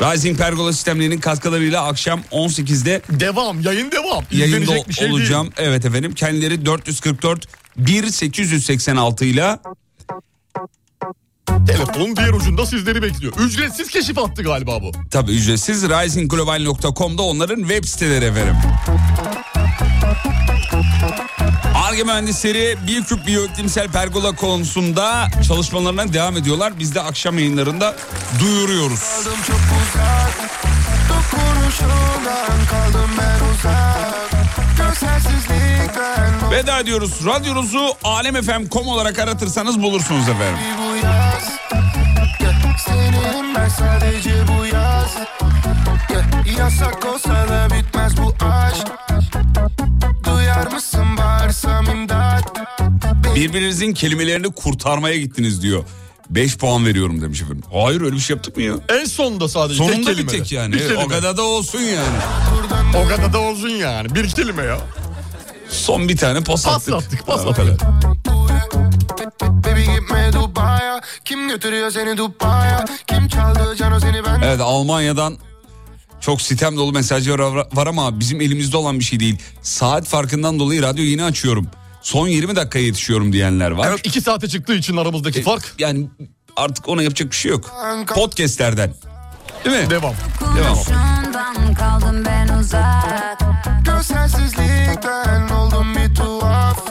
Rising Pergola sistemlerinin katkılarıyla akşam 18'de
Devam yayın devam.
yayında
İzlenecek bir şey değil.
olacağım. Evet efendim kendileri 444 1886 ile
Telefonun diğer ucunda sizleri bekliyor. Ücretsiz keşif attı galiba bu.
tabii ücretsiz risingglobal.com'da onların web siteleri efendim. Arge mühendisleri bir küp biyoiklimsel pergola konusunda çalışmalarına devam ediyorlar. Biz de akşam yayınlarında duyuruyoruz.
Kaldım çok uzak Dokunuşundan kaldım ben uzak Gözlersizlikten
Veda ediyoruz. Radyonuzu alemfm.com olarak aratırsanız bulursunuz efendim.
bu yaz Yeah, Senin ben sadece bu yaz Yeah, Yasak olsa da bitmez bu aşk Duyar mısın bağırsam imdat
Birbirinizin kelimelerini kurtarmaya gittiniz diyor. 5 puan veriyorum demiş efendim. Hayır öyle bir şey yaptık mı ya?
En sonunda sadece tek
Sonunda bir
kelime.
tek yani.
Bir
Evet, o
kelime.
kadar da olsun yani.
O kadar da olsun yani. Bir kelime ya.
Son bir tane pas,
Pas attık, pas attık.
Tamam,
Baby gitme Dubai'ye Kim götürüyor seni Dubai'ye Kim çaldı cano seni ben
Evet Almanya'dan çok sitem dolu mesajlar var var ama bizim elimizde olan bir şey değil. Saat farkından dolayı radyo yeni açıyorum. Son 20 dakikaya yetişiyorum diyenler var. E,
Evet, iki saate çıktığı için aramızdaki fark
Yani artık ona yapacak bir şey yok. Podcast'lerden. Değil mi?
devam.
Kurşundan kaldım ben uzak
Gözlersizlikten oldum bir tuhaf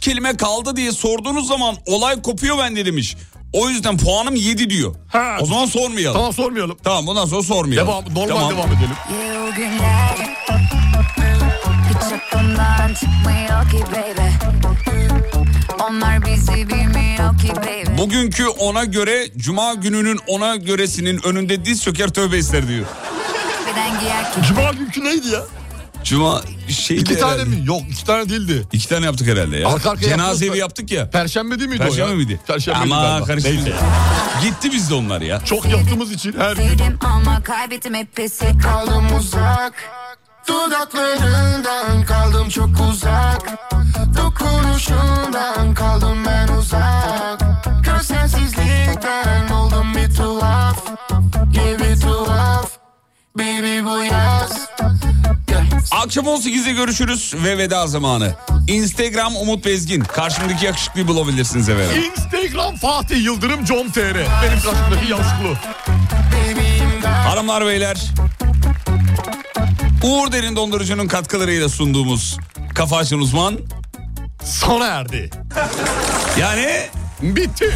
kelime kaldı diye sorduğunuz zaman olay kopuyor bende demiş. O yüzden puanım 7 diyor.
Ha.
O zaman sormayalım.
Tamam
Tamam.
sormayalım.
ondan sonra sormayalım.
Devam, normal
Tamam.
devam edelim.
o günler Hiç aklımdan çıkmıyor ki baby Onlar bizi bilmiyor ki baby
Bugünkü ona göre cuma gününün ona göresinin önünde diz söker tövbe ister diyor.
Birden giyer ki
Cuma günkü neydi ya?
Cuma şey
İki tane mi? Yok iki tane değildi.
İki tane yaptık herhalde ya.
Arka arkaya
Cenazevi
yaptınız
yaptık ya.
Perşembe değil miydi o
Perşembe
ya?
miydi?
Perşembe
Ama karıştırdım. Gitti bizde onlar ya.
Çok yaptığımız için her gün.
Sevdim ama kaybettim hep pes
kaldım uzak Dudaklarından kaldım çok uzak Dokunuşundan kaldım ben uzak Gözlensizlikten oldum bir tuhaf Gibi tuhaf Baby bu yaz
Akşam 18'de görüşürüz ve veda zamanı. Instagram Umut Bezgin. Karşımdaki yakışıklıyı bulabilirsiniz efendim.
Instagram Fatih Yıldırım com.tr Benim karşımdaki yazıklı.
Hanımlar beyler. Uğur Derin Dondurucu'nun katkılarıyla sunduğumuz Kafa Açan Uzman.
Sona erdi.
Yani
Bitti.